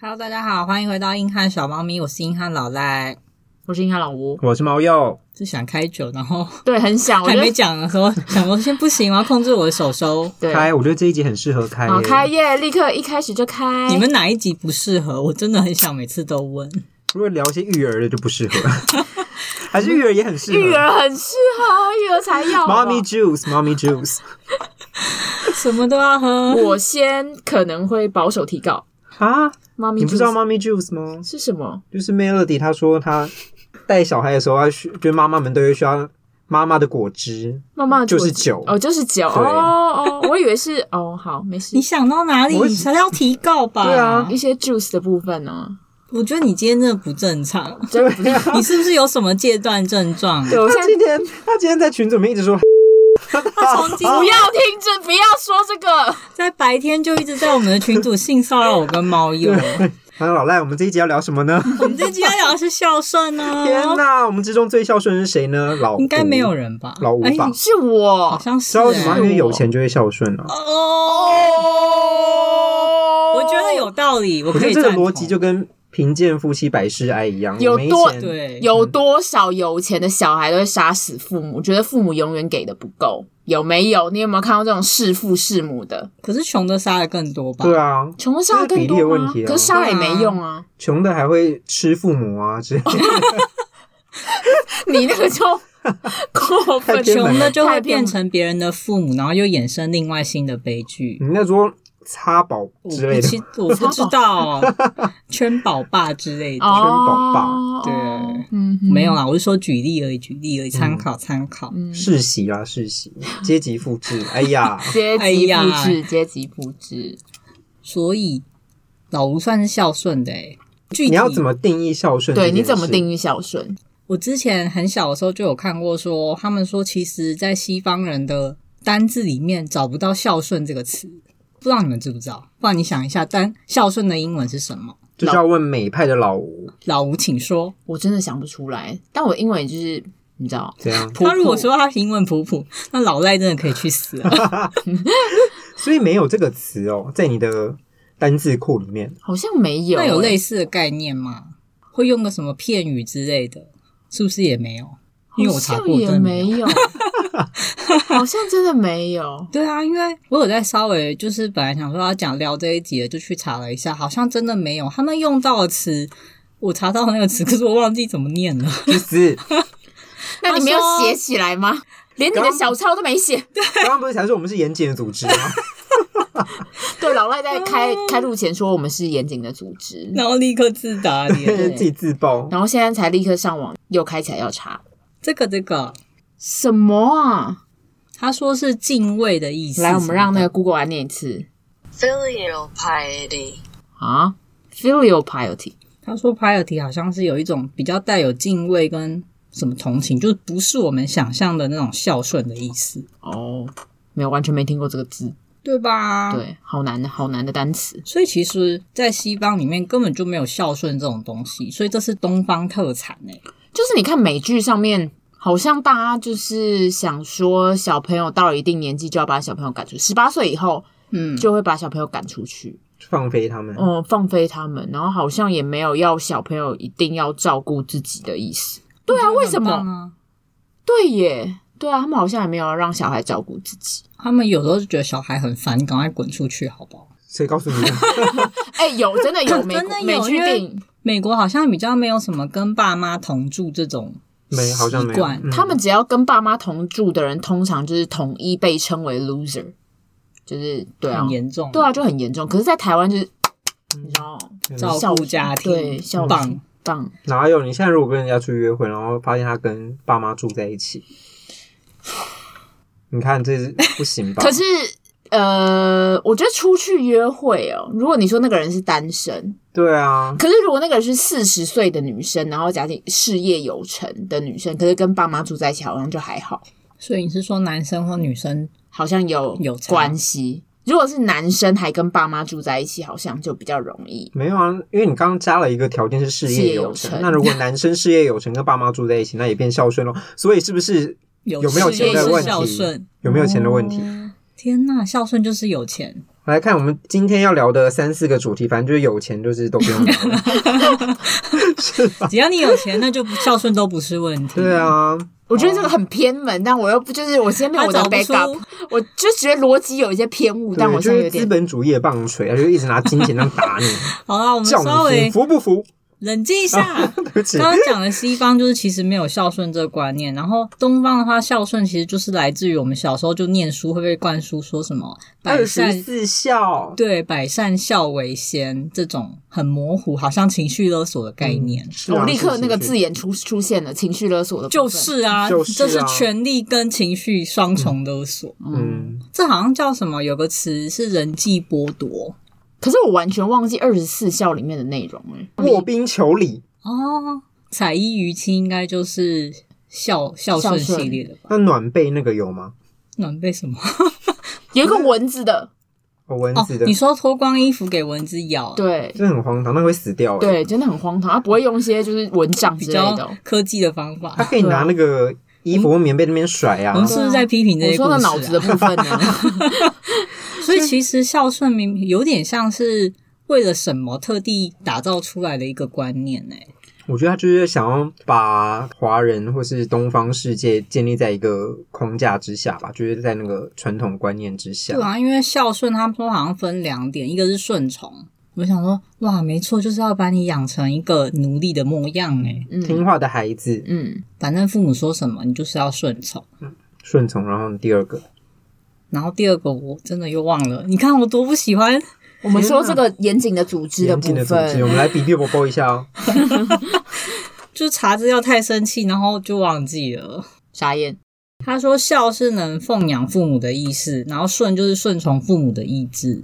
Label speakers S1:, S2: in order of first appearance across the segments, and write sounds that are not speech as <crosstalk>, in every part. S1: Hello，大家好，欢迎回到硬汉小猫咪，我是硬汉老赖。
S2: 我是英汉老吴，
S3: 我是猫药，
S1: 就想开酒，然后
S3: 啊
S2: 对，很想，我
S1: 还
S2: 觉
S1: 没
S2: 得
S1: 讲的时
S3: <laughs>
S1: 候，想说先不行，我要控制我的手收。
S2: 对，
S3: 开，我觉得这一集很适合开耶、
S2: 好开业，立刻一开始就
S3: 哎
S2: 开，
S1: 你们哪一集不适合？我真的很想每次都问。
S3: 如果聊一些育儿的就不适合，
S2: <laughs>
S3: 还是育儿也很适合。
S2: 育儿很适合，育儿才要。
S3: 猫咪 juice，猫咪 juice
S1: 什么都要喝。
S2: <laughs> 我先可能会保守提告，
S3: 啊，
S2: 妈咪
S3: 你不知道
S2: juice
S3: 猫咪 juice 吗？
S2: 是什么？
S3: 就是 Melody 她说她带小孩的时候，她需就是妈妈们都会需要妈妈的果汁，
S2: 妈妈的
S3: 就是
S2: 果汁
S3: 酒
S2: 哦，就是酒
S3: 对
S2: 哦哦，我以为是哦，好，没事
S1: 你。想到哪里
S3: 我？
S1: 才要提告吧？
S3: 对啊
S2: 一些 juice 的部分哦呢，
S1: 我觉得你今天真的不正常。
S3: 啊
S2: 真的不是
S1: 你是不是有什么戒断症
S3: <laughs>
S1: 状？
S2: 对，我现
S3: 她
S2: 在
S3: 今天她今天在群组里面一直
S2: <laughs>
S3: 说，
S1: 他从今
S2: 不要听这，不要说这个，
S1: 在白天就一直在我们的群组性骚扰我跟猫
S3: <laughs>
S1: 友。
S3: 还有老赖，我们这一集要聊什么呢？
S1: 我们这集要聊的是孝顺呢、
S2: 哦
S3: 天哪，我们之中最孝顺是谁呢？老
S1: 应该没有
S3: 人，
S1: 人吧？
S3: 老吴
S1: 哎
S3: 吧
S2: 是
S1: 好
S2: 我
S1: 像是、
S3: 知道为什
S2: 啊
S3: 么吗？
S1: 哎
S3: 因为有钱就会孝顺啊。
S1: 哦，
S2: 哦
S1: 我觉得有道理，我
S3: 我
S1: 可
S3: 觉
S1: 以
S3: 得这个
S1: 赞同
S3: 逻辑就跟贫贱夫妻百事哀一样，
S2: 有
S3: 我没
S2: 多
S3: 钱
S1: 对，
S2: 有多少有钱的小孩都会杀死父母？觉得父母永远给的不够，有没有？你有没有看到这种弑父弑母的？
S1: 可是穷的杀的更多吧？
S3: 对，啊，
S2: 穷的杀得更
S3: 这是比例的
S2: 多
S3: 问
S2: 吗？
S3: 题啊
S2: 可是杀了也没用啊！
S3: 穷的还会吃父母啊之
S2: <laughs>
S3: 类的，
S1: 啊
S2: 你那
S1: <laughs>
S2: 个就过分
S3: 太偏门
S1: 穷
S3: 了
S1: 的就会
S2: 太偏门
S1: 变成别人的父母，然后又衍生另外新的悲剧。
S3: 你那说擦宝
S1: 我
S3: 之类
S1: 不
S3: 的，
S1: 知我不知道，啊圈宝爸之类的。
S3: 宝爸
S2: <laughs> 哦
S1: 对
S2: 嗯哼
S1: 没有啦，我是说举例而已，举例而已，参考参考。
S2: 嗯
S3: <laughs> 世袭啊世袭，阶级复制，哎呀，
S2: 阶
S1: 哎
S2: 级
S1: 呀
S2: 复制，阶级复制。
S1: 所以老吴算是孝顺的诶、具体
S3: 你要怎么定义孝顺？
S2: 对，你怎么定
S3: 义？
S2: 义孝顺？
S1: 我之前很小的时候就有看过说他们说其实在西方人的单字里面找不到孝顺这个词，不知道你们知不知道？不然你想一下，单孝顺的英文是什么？
S3: 就是要问美派的老吴
S1: 老吴，请说。
S2: 我真的想不出来，但我英文也就是你知道，，
S3: 怎样
S2: <laughs> 普普
S1: 他如果说他英文普普，那老赖真的可以去死了。
S3: 所以没有这个词哦，在你的单字库里面，
S2: 好像没有、
S1: 那
S2: 欸，
S1: 有类似的概念吗？会用个什么片语之类的，是不是也没有？因为我查
S2: 好像
S1: 过，真
S2: 也
S1: 的没
S2: 没
S1: 有。
S2: 有， <laughs> 好像真的没有。
S1: 对啊，因为我有在稍微就是本来想说要讲聊这一集的，就去查了一下，好像真的没有。他们用到的词，我查到那个词，可是我忘记怎么念了。
S3: 去
S2: <laughs>
S3: 死！
S2: 那你没有
S1: 他说
S2: 写起来吗？ <laughs> 连你的小抄都没写。
S3: 刚刚不是才说我们是严谨的组织吗？
S2: <laughs> 对，老赖在开开录前说我们是严谨的组织，
S1: 然后立刻自
S2: <laughs>
S1: 打
S3: 就是
S1: 脸。
S3: <laughs> 自己自爆，
S2: 然后现在才立刻上网又开起来要查
S1: 这个这个，
S2: 什么啊？
S1: 他说是敬畏的意思。
S2: 来，我们让那个 Google 来念一次
S4: Filial piety.
S2: 啊，filial piety。
S1: 他说 piety 好像是有一种比较带有敬畏跟什么同情，就是不是我们想象的那种孝顺的意思，
S2: 哦，没有，完全没听过这个字，
S1: 对吧？。
S2: 对，好难的，好难的单词。
S1: 所以其实，在西方里面根本就没有孝顺这种东西，所以这是东方特产哎、
S2: 就是你看美剧上面，好像大家就是想说，小朋友到了一定年纪就要把小朋友赶出，十八岁以后
S1: 嗯，
S2: 就会把小朋友赶出去，
S3: 放飞他们。
S2: 嗯，放飞他们，然后好像也没有要小朋友一定要照顾自己的意思。对啊，为什
S1: 很棒
S2: 么？
S1: 啊？
S2: 对耶，对啊，他们好像也没有让小孩照顾自己。
S1: 他们有时候就觉得小孩很烦，赶快滚出去，好不好？
S3: 谁告诉你的？
S2: 哎，
S1: <laughs>
S2: 有真的有美
S1: 真的
S2: 国
S1: 有
S2: 美剧
S1: 因为
S2: 电影，
S1: 美国好像比较没有什么跟爸妈同住这种
S3: 没，好像没
S1: 习
S3: 有。
S1: 惯
S3: 嗯
S2: 他们只要跟爸妈同住的人，通常就是统一被称为 loser，就是对啊
S1: 很，严重，
S2: 对啊，就很严重。可是，在台湾就是，
S3: 嗯
S2: 你知道。
S1: 照顾家庭，
S2: 对，孝
S1: 棒
S2: 顺，棒，
S3: 哪有？你现在如果跟人家出去约会，然后发现他跟爸妈住在一起，你看这是不行吧？
S2: 可是呃，我觉得出去约会哦，如果你说那个人是单身，
S3: 对啊，
S2: 可是如果那个人是四十岁的女生，然后家庭事业有成的女生，可是跟爸妈住在一起，好像就还好，
S1: 所以你是说男生或女生？
S2: 好像有
S1: 有差
S2: 关系。如果是男生还跟爸妈住在一起，好像就比较容易。
S3: 没有啊，因为你刚刚加了一个条件是事业有
S2: 事业有成
S3: 成。那如果男生事业有成，跟爸妈住在一起，那也变孝顺咯。所以是不是
S1: 有
S3: 有没有
S1: 事业
S3: 钱的
S1: 是
S3: 问
S1: 孝
S3: 题
S1: 顺？
S3: 有没有钱的问题？
S2: 哦
S1: 天呐，孝顺就是有钱，
S3: 来看我们今天要聊的三四个主题，反正就是有钱就是都不用聊了，是吧？
S1: 只要你有钱，那就不 <laughs> 孝顺都不是问题。
S3: 对，啊，
S2: 我觉得这个很偏门，但我又不就是我先没有我的
S1: 他找不
S2: backup，
S1: 出
S2: 我就觉得逻辑有一些偏误，但我
S3: 对，就
S2: 现在有
S3: 是资
S2: 点
S3: 本主义的棒槌，他就一直拿金钱这样打你，
S1: 好啦，我们
S3: 叫
S1: 稍
S3: 你
S1: 微
S3: 服服不服？
S1: 冷静一下。
S3: <laughs> 对不起
S1: 刚，刚讲的西方就是其实没有孝顺这个观念，然后东方的话，孝顺其实就是来自于我们小时候就念书会被灌输说什么百
S3: 二
S1: 善
S3: 十四孝，
S1: 对百善孝为先这种很模糊，好像情绪勒索的概念。
S3: 是啊
S2: 我立刻那个
S3: 是是是
S2: 字眼出出现了，情绪勒索的部分
S1: 就是啊，
S3: 就是啊
S1: 这是权力跟情绪双重勒索。
S3: 嗯，
S1: 这好像叫什么？有个词是人际剥夺
S2: 可是我完全忘记二十四孝里面的内容哎、
S3: 卧冰求鲤。
S1: 哦。彩衣娱亲应该就是孝孝顺
S2: 孝顺
S1: 系列的吧？
S3: 那暖被那个有吗？
S1: 暖被什么？
S2: 有一个蚊子的，
S3: 哦蚊
S1: 哦
S3: 子的，，
S1: 你说脱光衣服给蚊子咬？
S2: 对
S3: 哦这很荒唐，那会死掉。，欸
S2: 对，真的很荒唐，他不会用一些就是蚊帐
S1: 比
S2: 之类的
S1: 较
S2: 哦。
S1: 科技的啊方法。
S3: 他可以拿那个衣服或棉被那边甩
S1: 我
S3: 啊
S1: 们。是不是在批评这
S2: 我
S1: 些故
S2: 说
S1: 事、
S2: 的
S1: 啊？
S2: 脑子的部分呢？
S3: <laughs>
S1: 所以其实孝顺明明有点像是为了什么特地打造出来的一个观念呢、
S3: 我觉得他就是想要把华人或是东方世界建立在一个框架之下吧，就是在那个传统观念之下。
S1: 对啊，因为孝顺他们说好像分两点，一个是顺从。我想说，哇，没错，就是要把你养成一个奴隶的模样哎、
S2: 嗯
S3: 听话的孩子
S2: 嗯，
S1: 反正父母说什么，你就是要顺从。
S3: 顺从，然后第二个
S1: 然后第二个，我真的又忘了。你看我多不喜欢
S2: 我们说这个严谨的组织的
S3: 严
S2: 部
S3: 谨的组织，我
S2: 分，
S3: 们来比比波波一下哦。
S1: 就查资料太生气，然后就忘记了。
S2: 傻眼。
S1: 他说孝是能奉养父母的意识，然后顺就是顺从父母的意志，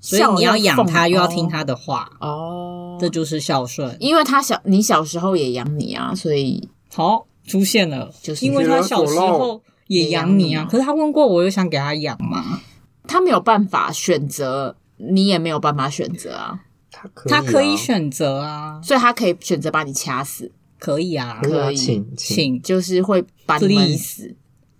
S1: 所以
S2: 孝
S1: 你要养他
S2: 奉
S1: 又要听他的话，
S2: 哦，
S1: 这就是孝顺。
S2: 因为他小你小时候也养你啊，所以
S1: 好，出现了，
S2: 就是
S1: 因为他小时候也养你
S2: 也
S1: 啊
S2: 养你，
S1: 可是他问过我，又想给他养嘛，
S2: 他没有办法选择，你也没有办法选择啊，
S3: 他可以、啊，
S1: <laughs> 他可以，选择啊，
S2: 所以他可以选择把你掐死，
S1: 可以啊，
S3: 可以啊
S2: 可以
S3: 请请，
S1: 请
S2: 就是会把你闷死，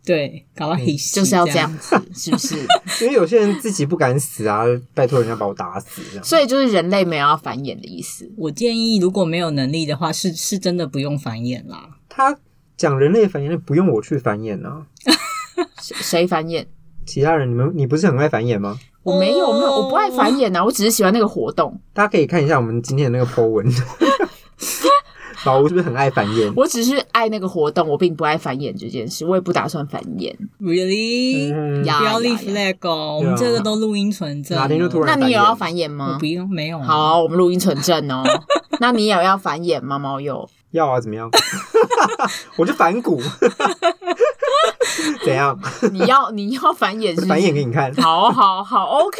S1: 对，搞到
S3: 嗯
S1: 黑死
S2: 就是要这
S1: 这样。
S2: 样子，是不
S1: <laughs>
S2: 是？
S3: 因为有些人自己不敢死啊，拜托人家把我打死这样。
S2: 所以就是人类没有要繁衍的意思。
S1: 我建议，如果没有能力的话，是是真的不用繁衍啦。
S3: 他讲人类繁衍，不用我去繁衍啊。
S2: 谁谁繁衍？
S3: 其他人，你们你不是很爱繁衍吗？
S2: 我没有，
S1: 哦
S2: 没有，我不爱繁衍啊，我只是喜欢那个活动，
S3: 大家可以看一下我们今天的那个 po 文， <laughs> 老吴是不是很爱繁衍？
S2: 我只是爱那个活动，我并不爱繁衍这件事，我也不打算繁衍。
S1: Really？、
S3: 嗯
S2: 呀
S1: 不要
S2: 呀
S1: leave
S2: 呀
S1: flag 哦，我
S3: 对啊
S1: 们这个都录音存证了。
S3: 哪天就突然
S2: 那你有要
S3: 繁
S2: 繁衍
S1: 我
S2: 吗
S1: 不？用，没有啊。
S2: 好啊、我们录音存证
S1: <laughs>
S2: 哦。那你也要繁衍吗？猫友，
S3: 要啊，怎么样？ <laughs> 我就反骨， <laughs> 怎样？
S2: 你要 <laughs> 你要繁衍是不是
S3: 繁衍给你看，
S2: 好好好，OK，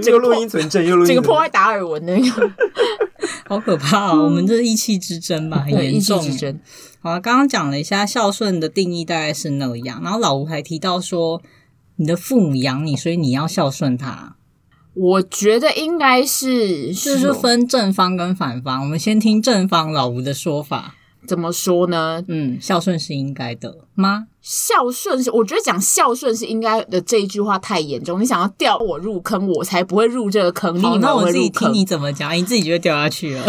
S2: 这
S3: 又
S2: 个
S3: 录音存证，又录音
S2: 这
S3: 存
S2: 个
S3: 证，
S2: 破坏达尔文的一个
S1: 好可怕哦！我们这是意气之争吧，很
S2: 对
S1: 严
S2: 意 <laughs> 气
S1: 重。
S2: 之争。
S1: 好啊，刚刚讲了一下孝顺的定义大概是那样，然后老吴还提到说，你的父母养你，所以你要孝顺他，
S2: 我觉得应该是
S1: 这就是哦分正方跟反方。我们先听正方老吴的说法，
S2: 怎么说呢？
S1: 嗯，孝顺是应该的吗？
S2: 孝顺是，我觉得讲孝顺是应该的这一句话太严重。你想要掉我入坑，我才不会入这个坑，立
S1: 好，
S2: 马
S1: 那我
S2: 会
S1: 自己
S2: 入
S1: 听
S2: 坑。
S1: 你怎么讲，你自己就会掉下去了。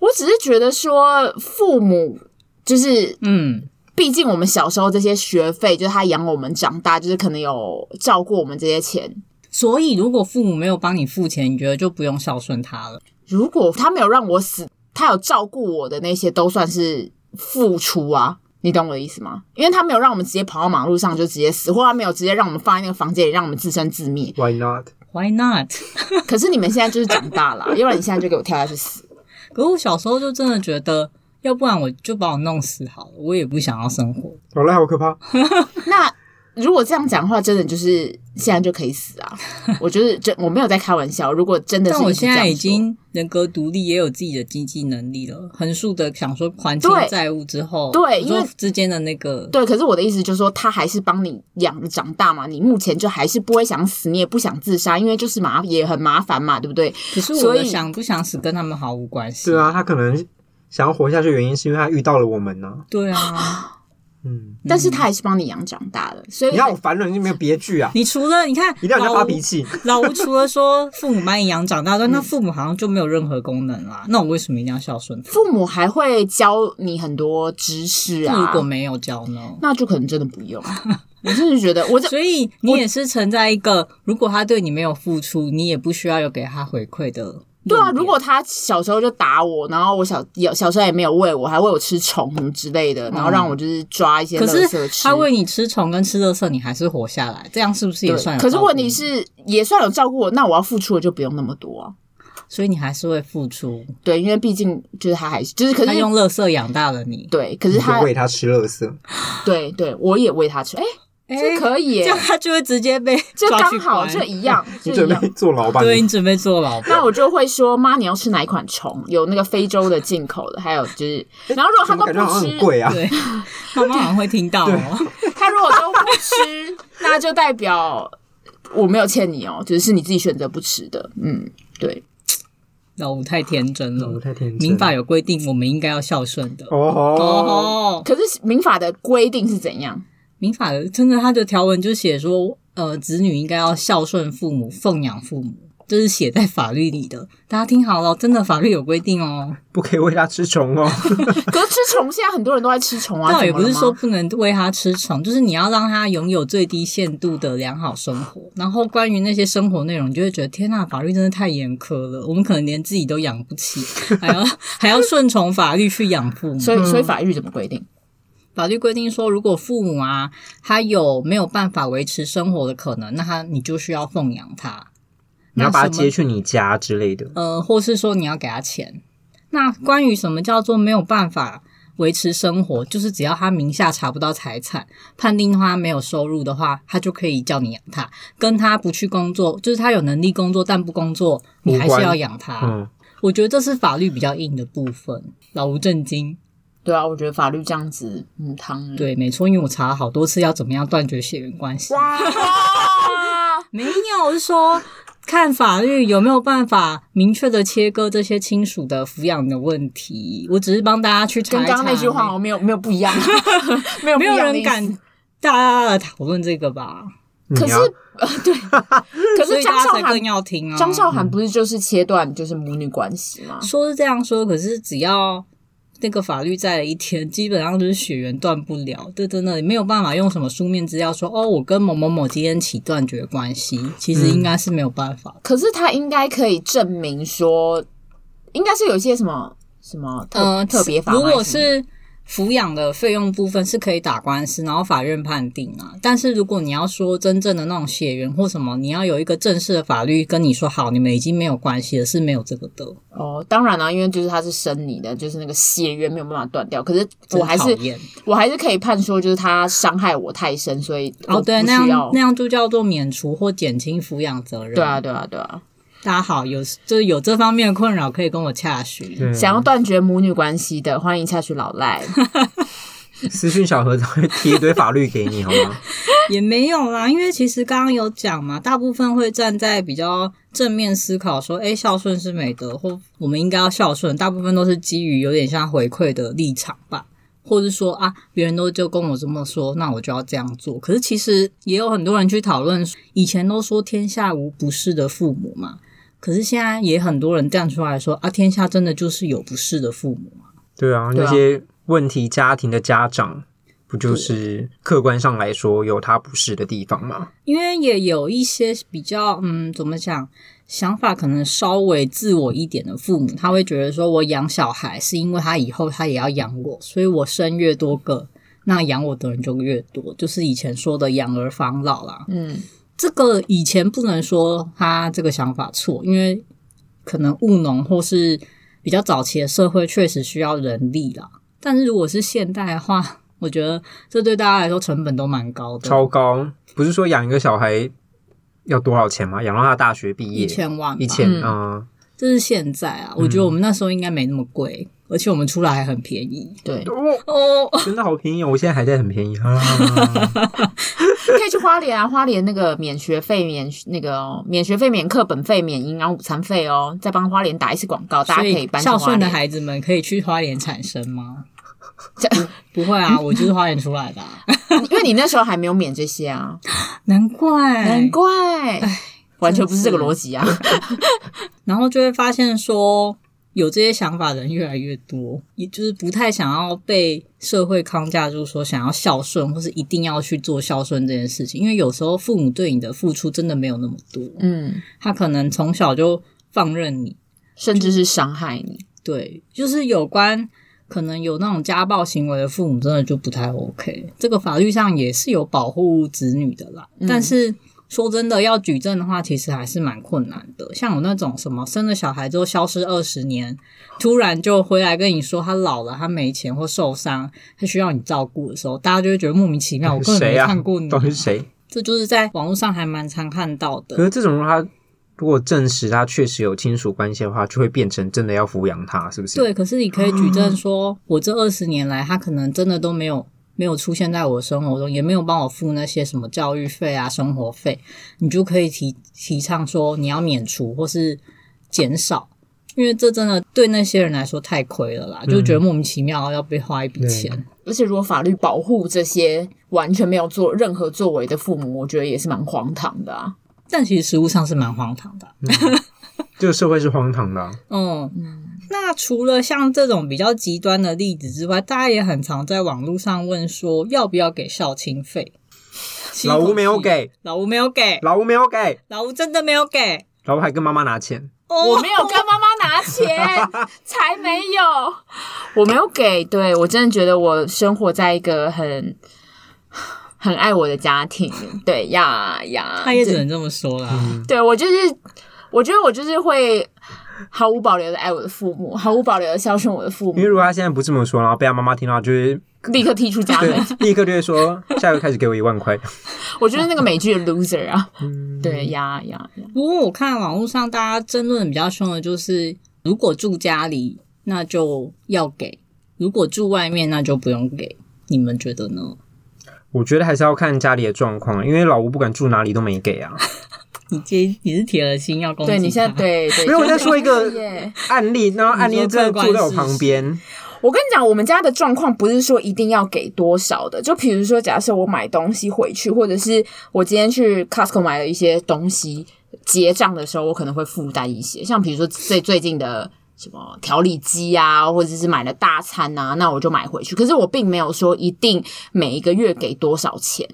S2: 我只是觉得说，父母就是
S1: <laughs> 嗯，
S2: 毕竟我们小时候这些学费，就是他养我们长大，就是可能有照顾我们这些钱。
S1: 所以如果父母没有帮你付钱，你觉得就不用孝顺他了。
S2: 如果他没有让我死，他有照顾我的那些都算是付出啊，你懂我的意思吗？因为他没有让我们直接跑到马路上就直接死，或他没有直接让我们放在那个房间里让我们自生自灭。
S3: Why not？
S1: Why not？
S2: 可是你们现在就是长大
S1: <laughs>
S2: 了，要不然你现在就给我跳下去死。
S1: 可我小时候就真的觉得，要不然我就把我弄死好了，我也不想要生活。
S3: 好了，好可怕！
S2: 那如果这样讲的话，真的就是现在就可以死啊！我就是真我没有在开玩笑。如果真的是
S1: 但我
S2: 一直
S1: 现
S2: 这
S1: 在
S2: 样
S1: 已
S2: 说
S1: 经人格独立，也有自己的经济能力了，横竖的想说还清
S2: 对
S1: 债务之后，
S2: 对
S1: 我
S2: 因为
S1: 说之间的那个，
S2: 对，可是我的意思就是说，他还是帮你养着长大嘛，你目前就还是不会想死，你也不想自杀，因为就是麻也很麻烦嘛，对不对？
S1: 可是我
S2: 所
S1: 的
S2: 以
S1: 想不想死跟他们毫无关系。
S3: 啊对啊，他可能想要活下去的原因是因为他遇到了我们呢、
S1: 对啊，
S3: 嗯，
S2: 但是他还是帮你养长大的，所以
S3: 你看我烦人就没有别句啊，
S1: 你除了你看，
S3: 一定要
S1: 老
S3: 人家
S1: 吴
S3: 发脾气。
S1: 老吴除了说父母把你养长大之外，
S2: 嗯
S1: 那父母好像就没有任何功能啦。那我为什么一定要孝顺？
S2: 父母还会教你很多知识
S1: 那如
S2: 啊
S1: 果，没有教呢？
S2: 那就可能真的不用。我真的觉得，我这
S1: 所以你也是存在一个，如果他对你没有付出，你也不需要有给他回馈的论点。
S2: 对啊，如果他小时候就打我，然后我小有小时候也没有喂我，还喂我吃虫什么之类的，然后让我就是抓一些
S1: 可
S2: 垃圾
S1: 是
S2: 吃。
S1: 他喂你吃虫跟吃垃圾，你还是活下来，这样是不是也算
S2: 对，
S1: 有？
S2: 可是问题，是也算有照顾我，那我要付出的就不用那么多啊。
S1: 所以你还是会付出。
S2: 对，因为毕竟就是他还是就是，可
S1: 他
S2: 是
S1: 用垃圾养大了你，
S2: 对，可是
S3: 你就
S2: 他
S3: 喂他吃垃圾，
S2: 对对，我也喂他吃，哎、
S1: 哎
S2: 这可以
S1: 这
S2: 耶、
S1: 样他就会直接被
S2: 这
S1: 抓
S2: 刚
S1: 去
S2: 好
S1: 关
S2: 这一样，
S3: 你
S2: 这
S3: 准
S2: 一样
S3: 备。做老板，
S1: 对你准备坐牢吧。
S2: 那我就会说妈，你要吃哪一款虫？有那个非洲的进口的，还有就是， <laughs> 然后如果他
S3: 怎
S2: 都
S3: 么感觉好
S2: 不
S3: 像很
S2: 吃，
S3: 贵啊？
S1: 对，妈妈好像会听到哦。
S2: 他如果都不吃， <laughs> 那就代表我没有欠你哦，只是你自己选择不吃的。嗯，对，
S1: 老吴太天真
S3: 我
S1: 了，
S3: 太天真了。
S1: 民法有规定，我们应该要孝顺的。
S3: 哦吼，
S1: 哦，
S2: 可是民法的规定是怎样？
S1: 民法的真的，它的条文就写说，呃，子女应该要孝顺父母，奉养父母，这、是写在法律里的。大家听好了，真的法律有规定哦。
S3: 不可以喂他吃虫 <laughs> 哦。
S2: 可是吃虫，现在很多人都在吃虫啊，
S1: 倒也
S2: 怎么
S1: 不
S2: 了
S1: 是
S2: 吗
S1: 说不能喂他吃虫，就是你要让他拥有最低限度的良好生活。然后关于那些生活内容，你就会觉得天呐，法律真的太严苛了，我们可能连自己都养不起，还要还要顺从法律去养父母。
S2: 所以所以法律怎么规定？
S1: 法律规定说，如果父母啊他有没有办法维持生活的可能，那他你就需要奉养他，
S3: 你要把他接
S1: 去，
S3: 去你家之类的。
S1: 呃，或是说你要给他钱。那关于什么叫做没有办法维持生活，就是只要他名下查不到财产，判定他没有收入的话，他就可以叫你养他，跟他不去工作，就是他有能力工作但不工作，你还是
S3: 无关
S1: 要养他。
S3: 嗯，
S1: 我觉得这是法律比较硬的部分，老无震惊。
S2: 对啊，我觉得法律这样子，嗯，汤
S1: 对，没错，因为我查了好多次要怎么样断绝血缘关系。
S2: 哇，
S1: 没有，我是说看法律有没有办法明确的切割这些亲属的抚养的问题。我只是帮大家去查
S2: 跟
S1: 一
S2: <laughs> 刚刚那
S1: 查
S2: 句
S1: <laughs>
S2: 话我没有没有不一样，没有不一
S1: 没有
S2: 样的
S1: 人
S2: 意思
S1: 敢大家来讨论这个吧？
S3: 嗯你
S2: 可是
S3: 要
S2: <laughs> 可
S1: 所
S2: 是
S1: 以
S2: 张
S1: 大家
S2: 韶
S1: 才
S2: 涵
S1: 更要听啊。
S2: 张韶涵不是就是切断就是母女关系吗？
S1: 说是这样说，可是只要。那个法律在的一天，基本上就是血缘断不了，这真的没有办法用什么书面资料说哦，我跟某某某今天起断绝关系，其
S2: 嗯
S1: 实应该是没有办法
S2: 可是他应该可以证明说，应该是有一些什么什么特、
S1: 呃，
S2: 特别法吗，
S1: 如果
S2: 还什么
S1: 是抚养的费用部分是可以打官司，然后法院判定啊。但是如果你要说真正的那种血缘或什么，你要有一个正式的法律跟你说，好，你们已经没有关系了，是没有这个的。
S2: 哦，当然啦、因为就是他是生你的，就是那个血缘没有办法断掉。可是
S1: 真
S2: 我还
S1: 讨
S2: 是
S1: 厌
S2: 我还是可以判说，就是他伤害我太深，所以我
S1: 哦，对，
S2: 不
S1: 那
S2: 需
S1: 样
S2: 要
S1: 那样就叫做免除或减轻抚养责任。
S2: 对啊，，对啊，对啊！
S1: 大家好，有就是有这方面的困扰，可以跟我洽询。
S3: 对啊
S2: 想要断绝母女关系的，欢迎下去老赖。
S3: 私讯小盒子会贴一堆法律给 <laughs> 你，好哦吗？
S1: <laughs> 也没有啊啦，因为其实刚刚有讲嘛，大部分会站在比较正面思考，说，哎，孝顺是美德，或我们应该要孝顺，大部分都是基于有点像回馈的立场吧，或者说啊，别人都就跟我这么说，那我就要这样做。可是其实也有很多人去讨论，以前都说天下无不是的父母嘛，可是现在也很多人站出来说，啊，天下真的就是有不是的父母嘛。
S3: 对啊，
S2: 对啊
S3: 那些问题家庭的家长，不就是客观上来说有他不是的地方吗？
S1: 因为也有一些比较，嗯，怎么讲，想法可能稍微自我一点的父母，他会觉得说，我养小孩是因为他以后他也要养我，所以我生越多个，那养我的人就越多，就是以前说的养儿防老啦。
S2: 嗯，
S1: 这个以前不能说他这个想法错，因为可能务农或是比较早期的社会确实需要人力啦。但是如果是现代的话，我觉得这对大家来说成本都蛮高的，
S3: 超高，不是说养一个小孩要多少钱吗？养到他大学毕业，
S1: 一千万吧，
S3: 一千
S2: 嗯
S3: 啊，
S1: 这是现在啊，我觉得我们那时候应该没那么贵，而且我们出来还很便宜
S2: 对，
S3: 哦，
S1: 哦。
S3: 真的好便宜哦！我现在还在很便宜 <laughs> 啊，
S2: 可以去花莲啊，花莲那个免学费、免那个哦、免学费、免课本费、免营养午餐费哦，再帮花莲打一次广告，大家
S1: 所
S2: 可以搬去
S1: 孝
S2: 花
S1: 顺的
S2: 莲。
S1: 孩子们可以去花莲产生吗？ <laughs> 不会啊，我就是花莲出来的啊、
S2: <laughs> 因为你那时候还没有免这些啊，
S1: 难怪，
S2: 难。怪，
S1: 哎
S2: 完全不是这个逻辑啊。
S1: 然后就会发现说，有这些想法的人越来越多，也就是不太想要被社会框架住，说想要孝顺或是一定要去做孝顺这件事情，因为有时候父母对你的付出真的没有那么多，
S2: <laughs> 嗯，
S1: 他可能从小就放任你，
S2: 甚至是伤害你。
S1: 对，就是有关可能有那种家暴行为的父母，真的就不太 OK。这个法律上也是有保护子女的啦，但是说真的，要举证的话，其实还是蛮困难的。像有那种什么生了小孩之后消失二十年，突然就回来跟你说他老了、他没钱或受伤，他需要你照顾的时候，大家就会觉得莫名其妙，我根本
S3: 谁
S1: 没
S3: 啊
S1: 看过你、
S3: 到底是谁？
S1: 这就是在网络上还蛮常看到的
S3: 可。是这种他如果证实他确实有亲属关系的话，就会变成真的要抚养他，是不是？
S1: 对，可是你可以举
S3: 哦
S1: 证说，我这二十年来，他可能真的都没有没有出现在我的生活中，也没有帮我付那些什么教育费啊、生活费，你就可以提提倡说你要免除或是减少，因为这真的对那些人来说太亏了啦，就觉得莫名其妙要被花一笔
S3: 嗯对
S1: 钱。
S2: 而且如果法律保护这些完全没有做任何作为的父母，我觉得也是蛮荒唐的啊。
S1: 但其实实物上是蛮荒唐的啊、
S3: 这个社会是荒唐的啊、
S1: 嗯，那除了像这种比较极端的例子之外，大家也很常在网络上问说，要不要给孝亲费？
S3: 老吴没有给，
S1: 老吴没有给，
S3: 老吴没有给，
S1: 老吴真的没有给。
S3: 老吴还跟妈妈拿钱，
S1: 哦
S2: 我没有跟妈妈拿
S1: <laughs>
S2: 钱，才没有，我没有给。对我真的觉得我生活在一个很很爱我的家庭。对呀呀，
S1: 他也只能这么说啦。
S2: 对我就是，我觉得我就是会毫无保留的爱我的父母，毫无保留的孝顺我的父
S3: 因为
S2: 母，
S3: 如果他现在不这么说，然后被他妈妈听到，
S2: <laughs>
S3: 就是
S2: 立刻踢出家门。
S3: 对，立刻就会说下个开始给我一万块。
S2: <laughs> 我就是那个美剧的 loser 啊。
S3: 嗯，
S2: 对呀呀呀，
S1: 不过我看网络上大家争论比较凶的就是，如果住家里，那就要给；如果住外面，那就不用给。你们觉得呢？
S3: 我觉得还是要看家里的状况，因为老吴不管住哪里都没给啊。
S1: 你今你是铁了心要攻击
S2: 对你现在
S1: 他
S2: 对对，
S3: 没有我在说一个
S2: 真的耶
S3: 案例，然后案例真的坐在我旁边，
S2: 我跟你讲，我们家的状况不是说一定要给多少的，就比如说，假设我买东西回去，或者是我今天去 Costco 买了一些东西，结账的时候我可能会附带一些，像比如说最最近的什么调理机啊，或者是买了大餐啊，那我就买回去。可是我并没有说一定每一个月给多少钱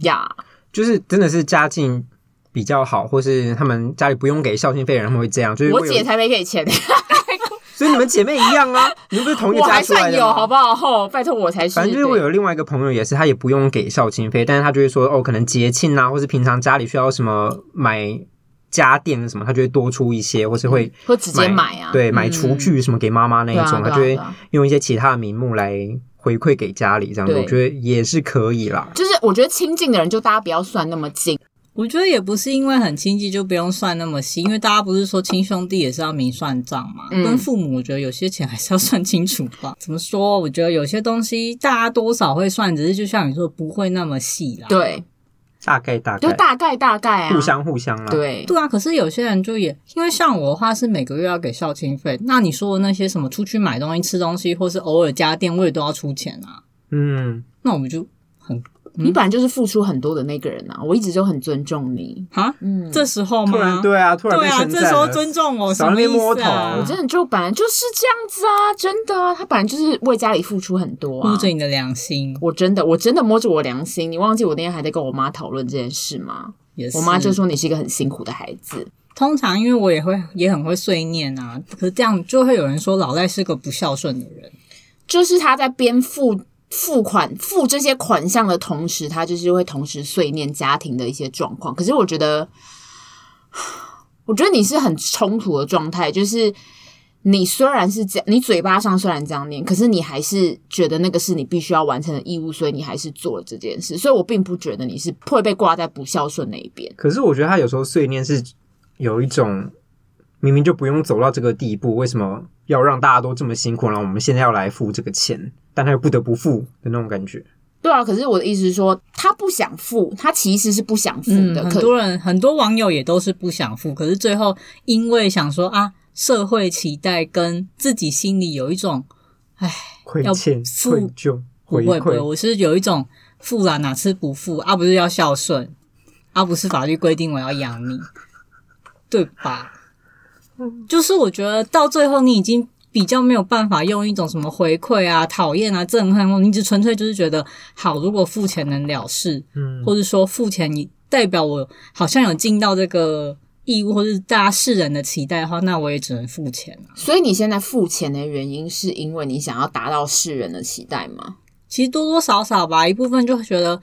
S2: 呀
S3: 就是真的是家境比较好，或是他们家里不用给孝心费的人，他们会这样。就是
S2: 我
S3: 会有
S2: 姐才没给钱，
S3: 所以你们姐妹一样
S2: <laughs>
S3: 啊，你们不是同一
S2: 我
S3: 个家
S2: 还
S3: 出来
S2: 算
S3: 的
S2: 有好
S3: 吗？
S2: 不好？吼，拜托我才是。
S3: 反正就是我有另外一个朋友也是，他也不用给孝亲费，但是他就会说哦，可能节庆啊，或是平常家里需要什么买家电什么，他就会多出一些，或是会
S2: 会嗯直接买啊，
S3: 对，买厨具什么给妈妈那一
S2: 对啊对
S3: 种，他
S2: 啊
S3: 就会
S2: 对啊
S3: 用一些其他的名目来回馈给家里，这样子
S2: 对
S3: 我觉得也是可以啦。
S2: 就是我觉得亲近的人就大家不要算那么近。
S1: 我觉得也不是因为很亲近就不用算那么细，因为大家不是说亲兄弟也是要明算账嘛。
S2: 嗯
S1: 跟父母，我觉得有些钱还是要算清楚 <laughs> 吧。怎么说？我觉得有些东西大家多少会算，只是就像你说，不会那么细啦。，
S2: 对，
S3: 大概大
S2: 就
S3: 概，
S2: 大概大概啊，
S3: 互相互相啦。，
S2: 对
S1: 对啊。可是有些人就也因为像我的话是每个月要给孝亲费，那你说的那些什么出去买东西、吃东西，或是偶尔家电，我也都要出钱啊。
S3: 嗯，
S1: 那我们就
S2: 你本来就是付出很多的那个人啊，我一直就很尊重你。
S1: 啊，
S2: 嗯，
S1: 这时候
S3: 突然
S1: 吗？
S3: 对啊，突然
S1: 对
S3: 被
S1: 啊，
S3: 称
S1: 这
S3: 赞
S1: 时候
S3: 了。
S1: 尊重我
S3: 少
S1: 什么
S3: 在那
S1: 意
S3: 边摸
S1: 思啊？
S3: 头
S2: 我真的就本来就是这样子啊，真的啊，他本来就是为家里付出很多啊
S1: 顾。着你的良心，
S2: 我真的，我真的摸着我良心，你忘记我那天还在跟我妈讨论这件事吗？
S1: 也是
S2: 我妈就说你是一个很辛苦的孩子，
S1: 通常因为我也会也很会碎念啊，可是这样就会有人说老赖是个不孝顺的人。
S2: 就是他在边付付款付这些款项的同时，他就是会同时碎念家庭的一些状况。可是我觉得，我觉得你是很冲突的状态，就是你虽然是这样，你嘴巴上虽然这样念，可是你还是觉得那个是你必须要完成的义务，所以你还是做了这件事。所以我并不觉得你是会被挂在不孝顺那一边。
S3: 可是我觉得他有时候碎念是有一种明明就不用走到这个地步，为什么要让大家都这么辛苦，然后我们现在要来付这个钱，但他又不得不付的那种感觉。
S2: 对啊，可是我的意思是说，他不想付，他其实是不想付
S1: 嗯，
S2: 的。
S1: 很
S2: 可
S1: 多人很多网友也都是不想付，可是最后因为想说啊，社会期待跟自己心里有一种。
S3: 亏
S1: 要
S3: 欠、
S1: 付
S3: 愧疚、
S1: 不
S3: 回
S1: 会不会，
S3: 馈，
S1: 我是有一种富啦哪次不富啊，不是要孝顺啊，不是法律规定我要养你，对吧？就是我觉得到最后你已经比较没有办法用一种什么回馈啊、讨厌啊、憎恨，或你只纯粹就是觉得好，如果付钱能了事，
S3: 嗯，
S1: 或者说付钱你代表我好像有尽到这个义务，或是大家世人的期待的话，那我也只能付钱啊。
S2: 所以你现在付钱的原因是因为你想要达到世人的期待吗？
S1: 其实多多少少吧，一部分就会觉得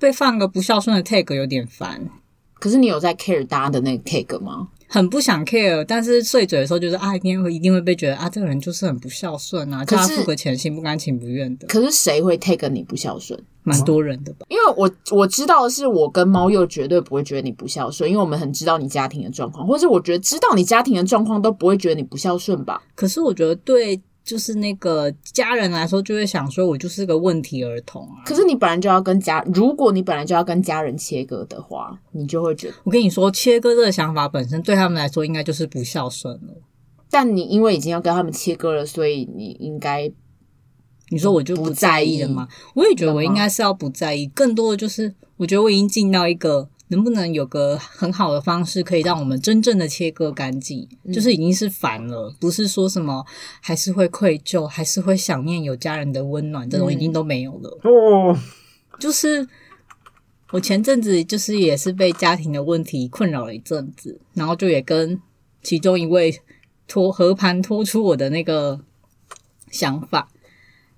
S1: 被放个不孝顺的 tag 有点烦，
S2: 可是你有在 care 大家的那个 cake 吗？
S1: 很不想 care，但是碎嘴的时候就是啊，一定会一定会被觉得啊，这个人就是很不孝顺啊，
S2: 可
S1: 叫
S2: 是
S1: 他付个钱心不甘情不愿的，
S2: 可是谁会 take 你不孝顺？
S1: 蛮多人的吧。
S2: 因为我我知道的是，我跟猫又绝对不会觉得你不孝顺，因为我们很知道你家庭的状况，或者我觉得知道你家庭的状况都不会觉得你不孝顺吧？
S1: 可是我觉得对。就是那个家人来说，就会想说，我就是个问题儿童啊。
S2: 可是你本来就要跟家，如果你本来就要跟家人切割的话，你就会觉得，
S1: 我跟你说，切割这个想法本身对他们来说，应该就是不孝顺了。
S2: 但你因为已经要跟他们切割了，所以你应该
S1: 你说我就
S2: 不在
S1: 在
S2: 意
S1: 意了吗？我也觉得我
S2: 了
S1: 应
S2: 吗
S1: 该是要不在意，更多的就是我觉得我已经进到一个能不能有个很好的方式，可以让我们真正的切割干净，就是已经是烦了，不是说什么还是会愧疚，还是会想念有家人的温暖，这种
S2: 嗯
S1: 已经都没有了。
S3: 哦，
S1: 就是我前阵子就是也是被家庭的问题困扰了一阵子，然后就也跟其中一位拖和盘托出我的那个想法，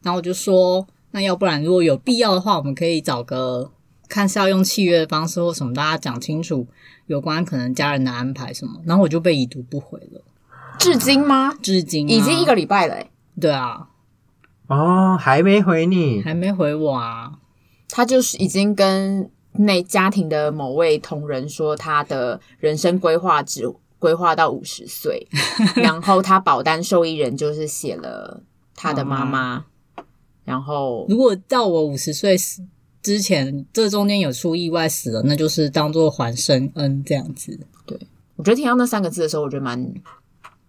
S1: 然后我就说，那要不然如果有必要的话，我们可以找个看是要用契约的方式或什么，大家讲清楚有关可能家人的安排什么。然后我就被已读不回了，
S2: 至今吗？
S1: 至今啊、
S2: 已经一个礼拜了、欸，
S1: 对啊，
S3: 哦，还没回你，
S1: 还没回我啊。
S2: 他就是已经跟那家庭的某位同仁说，他的人生规划只规划到五十 <laughs> 岁，然后他保单受益人就是写了他的妈妈，然后
S1: 如果到我五十岁死之前，这中间有出意外死了，那就是当做还生恩这样子。
S2: 我觉得听到那三个字的时候，我觉得蛮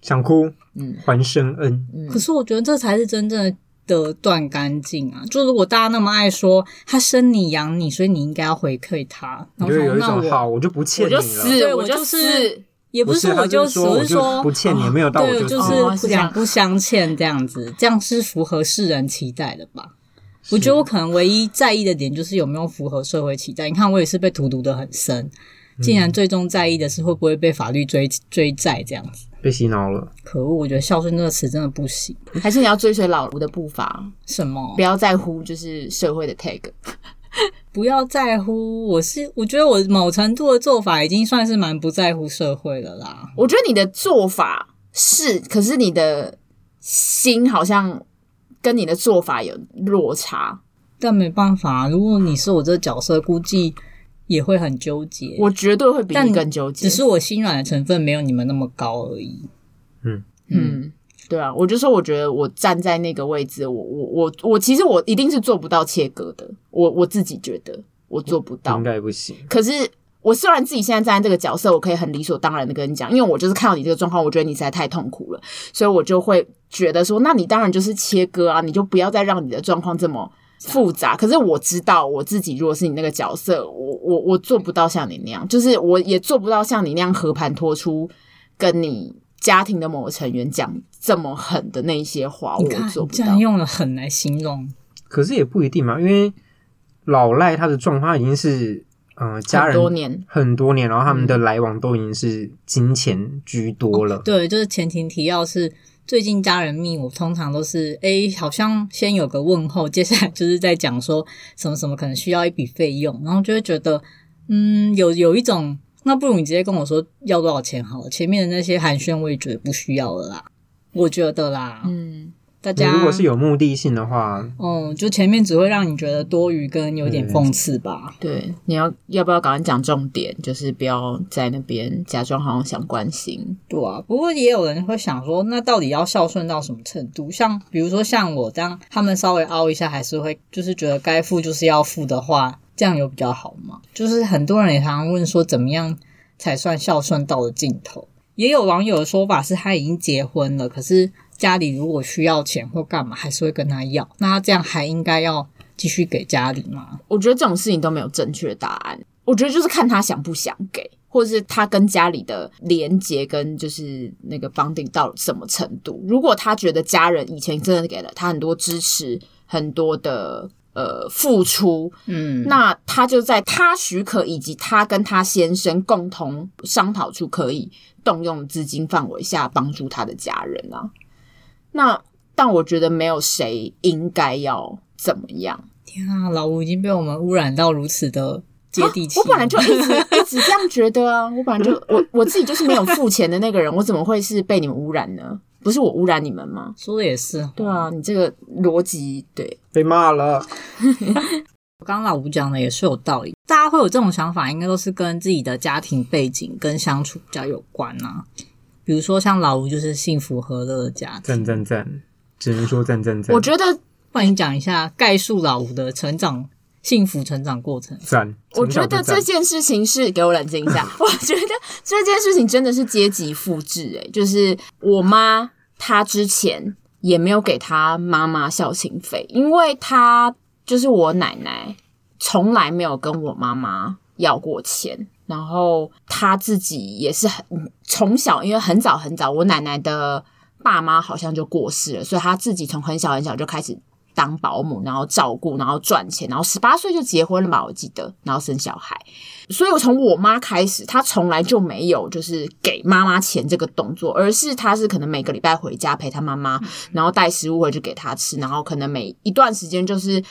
S3: 想哭，
S2: 嗯
S3: 还生恩，
S2: 嗯
S1: 可，是我觉得这才是真正的断干净啊！就如果大家那么爱说他生你养你，所以你应该要回馈他，
S3: 你
S1: 然
S3: 就
S1: 后
S3: 会有
S1: 说
S3: 一
S1: 那
S3: 种
S1: 我
S3: 好，我就不欠
S2: 我
S3: 你啊
S2: 就
S3: 了。
S2: 是
S1: 对
S2: 我
S1: 我
S2: 就
S1: 就是
S2: 是
S1: 也不
S3: 不
S1: 是
S3: 他
S1: 我
S3: 就是
S1: 死，我
S3: 我
S1: 是
S3: 不欠你，没有到我啊
S1: 对，
S3: 死
S1: 就
S2: 哦
S1: 是
S2: 是这样
S1: 两不相欠这样子，这样是符合世人期待的吧？我觉得我可能唯一在意的点就是有没有符合社会期待。你看，我也是被荼毒的很深，
S3: 嗯
S1: 竟然最终在意的是会不会被法律追追债这样子。
S3: 被洗脑了，
S1: 可恶，我觉得孝顺这个词真的不行。
S2: 还是你要追随老吴的步伐，
S1: 什么
S2: 不？要在乎就是社会的 tag。
S1: 不要在乎，我是我觉得我某程度的做法已经算是蛮不在乎社会了啦。
S2: 我觉得你的做法是，可是你的心好像跟你的做法有落差。
S1: 但没办法，啊如果你是我这角色，估计也会很纠结。
S2: 我绝对会比
S1: 但
S2: 你
S1: 你
S2: 更纠结。
S1: 只是我心软的成分没有你们那么高而已。
S2: 嗯，对啊，我就说，我觉得我站在那个位置，我我我我其实我一定是做不到切割的。我我自己觉得我做不到
S3: 应，该不行。
S2: 可是。我虽然自己现在站在这个角色，我可以很理所当然的跟你讲，因为我就是看到你这个状况，我觉得你实在太痛苦了，所以我就会觉得说，那你当然就是切割啊，你就不要再让你的状况这么复杂。可是我知道我自己，如果是你那个角色，我我我做不到像你那样，就是我也做不到像你那样和盘托出，跟你家庭的某个成员讲这么狠的那一些话，
S1: 你
S2: 哦我
S1: 看，
S2: 做不
S1: 竟
S2: 到
S1: 然。用了“狠”来形容，
S3: 可是也不一定嘛，因为老赖他的状况已经是，嗯、家
S2: 很
S3: 人
S2: 多年，
S3: 很多年，然后他们的来往都已经是金钱居多
S2: 哦
S3: 了。
S1: 对，就是前情提要是最近家人密，我通常都是诶，好像先有个问候，接下来 <laughs> 就是在讲说什么什么可能需要一笔费用，然后就会觉得嗯，有有一种，那不如你直接跟我说要多少钱好了，前面的那些寒暄我也觉得不需要了啦，我觉得啦，
S2: 嗯，
S1: 大
S3: 你
S1: 家
S3: 如果是有目的性的话，
S1: 嗯，就前面只会让你觉得多余跟有点
S3: 嗯
S1: 讽刺吧。
S2: 对，你要要不要赶快讲重点？就是不要在那边假装好像想关心。
S1: 对啊，不过也有人会想说，那到底要孝顺到什么程度？像比如说像我这样，他们稍微凹一下，还是会就是觉得该付就是要付的话，这样有比较好吗？就是很多人也常常问说，怎么样才算孝顺到了尽头？也有网友的说法是他已经结婚了，可是家里如果需要钱或干嘛，还是会跟他要。那他这样还应该要继续给家里吗？
S2: 我觉得这种事情都没有正确答案，我觉得就是看他想不想给，或者是他跟家里的连接跟就是那个 bonding 到什么程度。如果他觉得家人以前真的给了他很多支持，很多的呃付出，
S1: 嗯，
S2: 那他就在他许可以及他跟他先生共同商讨出可以动用资金范围下帮助他的家人啊。那但我觉得没有谁应该要怎么样。
S1: 天啊，老吴已经被我们污染到如此的接地气、
S2: 啊我本来就一直一直这样觉得啊，我本
S1: <laughs>
S2: 来就我我自己就是没有付钱的那个人，我怎么会是被你们污染呢？不是我污染你们吗？
S1: 说的也是，哦
S2: 对啊，你这个逻辑对，
S3: 被骂了，
S1: 刚刚老吴讲的也是有道理，大家会有这种想法，应该都是跟自己的家庭背景跟相处比较有关啊。比如说像老吴就是幸福和乐的家庭，
S3: 赞赞赞，只能说赞赞赞，
S2: 我觉得
S1: 欢迎讲一下概述老吴的成长幸福成长过程。
S3: 赞，
S2: 我觉
S3: 从小
S2: 得
S3: 就赞
S2: 这件事情是给我冷静一
S3: <laughs>
S2: 下。我觉得这件事情真的是阶级复制、欸，诶，就是我妈她之前也没有给她妈妈孝亲费，因为她就是我奶奶，从来没有跟我妈妈要过钱。然后她自己也是很从小，因为很早很早，我奶奶的爸妈好像就过世了，所以她自己从很小很小就开始当保姆，然后照顾，然后赚钱，然后十八岁就结婚了吧，我记得，然后生小孩。所以我从我妈开始，她从来就没有就是给妈妈钱这个动作，而是她是可能每个礼拜回家陪她妈妈，
S1: 嗯
S2: 然后带食物回去给她吃，然后可能每一段时间就是。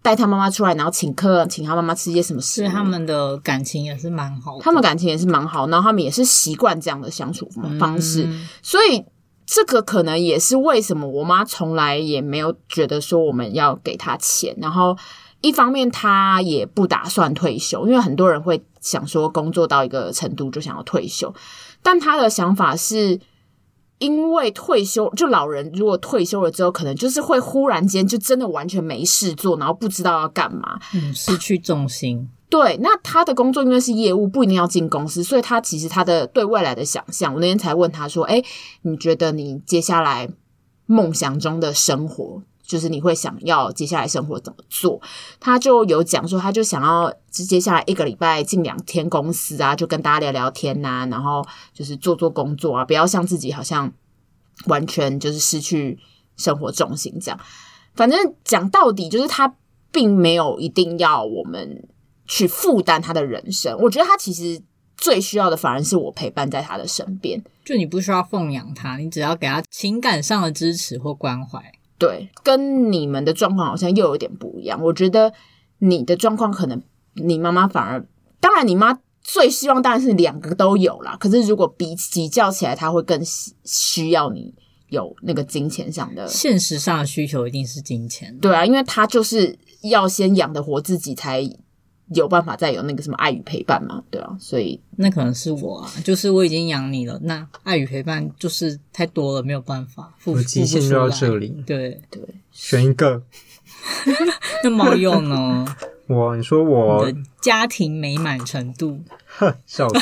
S2: 带她妈妈出来，然后请客，请她妈妈吃一些什么食
S1: 所
S2: 物。
S1: 以他们的感情也是蛮好的，
S2: 他们感情也是蛮好，然后他们也是习惯这样的相处方式，
S1: 嗯
S2: 所以这个可能也是为什么我妈从来也没有觉得说我们要给她钱，然后一方面她也不打算退休，因为很多人会想说工作到一个程度就想要退休，但她的想法是。因为退休，就老人如果退休了之后，可能就是会忽然间就真的完全没事做，然后不知道要干嘛，
S1: 嗯失去重心，
S2: 对，那他的工作因为是业务，不一定要进公司，所以他其实他的对未来的想象，我那天才问他说：“哎，你觉得你接下来梦想中的生活，就是你会想要接下来生活怎么做？”他就有讲说，他就想要就接下来一个礼拜进两天公司啊，就跟大家聊聊天呐、然后就是做做工作啊，不要像自己好像完全就是失去生活重心这样。反正讲到底，就是他并没有一定要我们去负担他的人生。我觉得他其实最需要的，反而是我陪伴在他的身边。
S1: 就你不需要奉养他，你只要给他情感上的支持或关怀。
S2: 对，跟你们的状况好像又有点不一样。我觉得你的状况可能你妈妈反而，当然你妈最希望当然是两个都有啦。可是如果比比较起来，她会更需需要你有那个金钱上的
S1: 现实上的需求一定是金钱，
S2: 对啊，因为他就是要先养得活自己，才有办法再有那个什么爱与陪伴嘛，对啊，所以
S1: 那可能是我啊，就是我已经养你了，那爱与陪伴就是太多了，没有办法付付
S3: 我的
S1: 不
S3: 极限
S1: 出
S3: 就到
S1: 来
S3: 这里，
S1: 对，
S2: 对，
S3: 选一个
S1: 那猫鼬
S3: <laughs>
S1: 呢？
S3: 我，你说
S1: 你
S3: 我
S1: 的家庭美满程度，
S3: 笑死，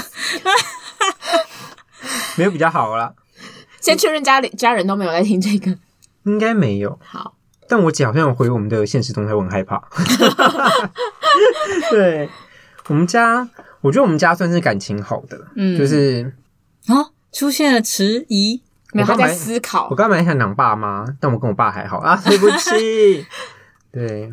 S3: 没有比较好啦，
S2: 先确认家里家人都没有在听这个。
S3: 应该没有。
S2: 好，
S3: 但我姐好像有回我们的现实动态，我很害怕。 <laughs> 对我们家，我觉得我们家算是感情好的，
S1: 嗯，
S3: 就是
S1: 啊，出现了迟疑，
S2: 没有
S3: 我
S2: 他
S3: 刚买
S2: 在思考
S3: 我，刚本来想讲爸妈，但我跟我爸还好啊， <laughs> 对不起。对，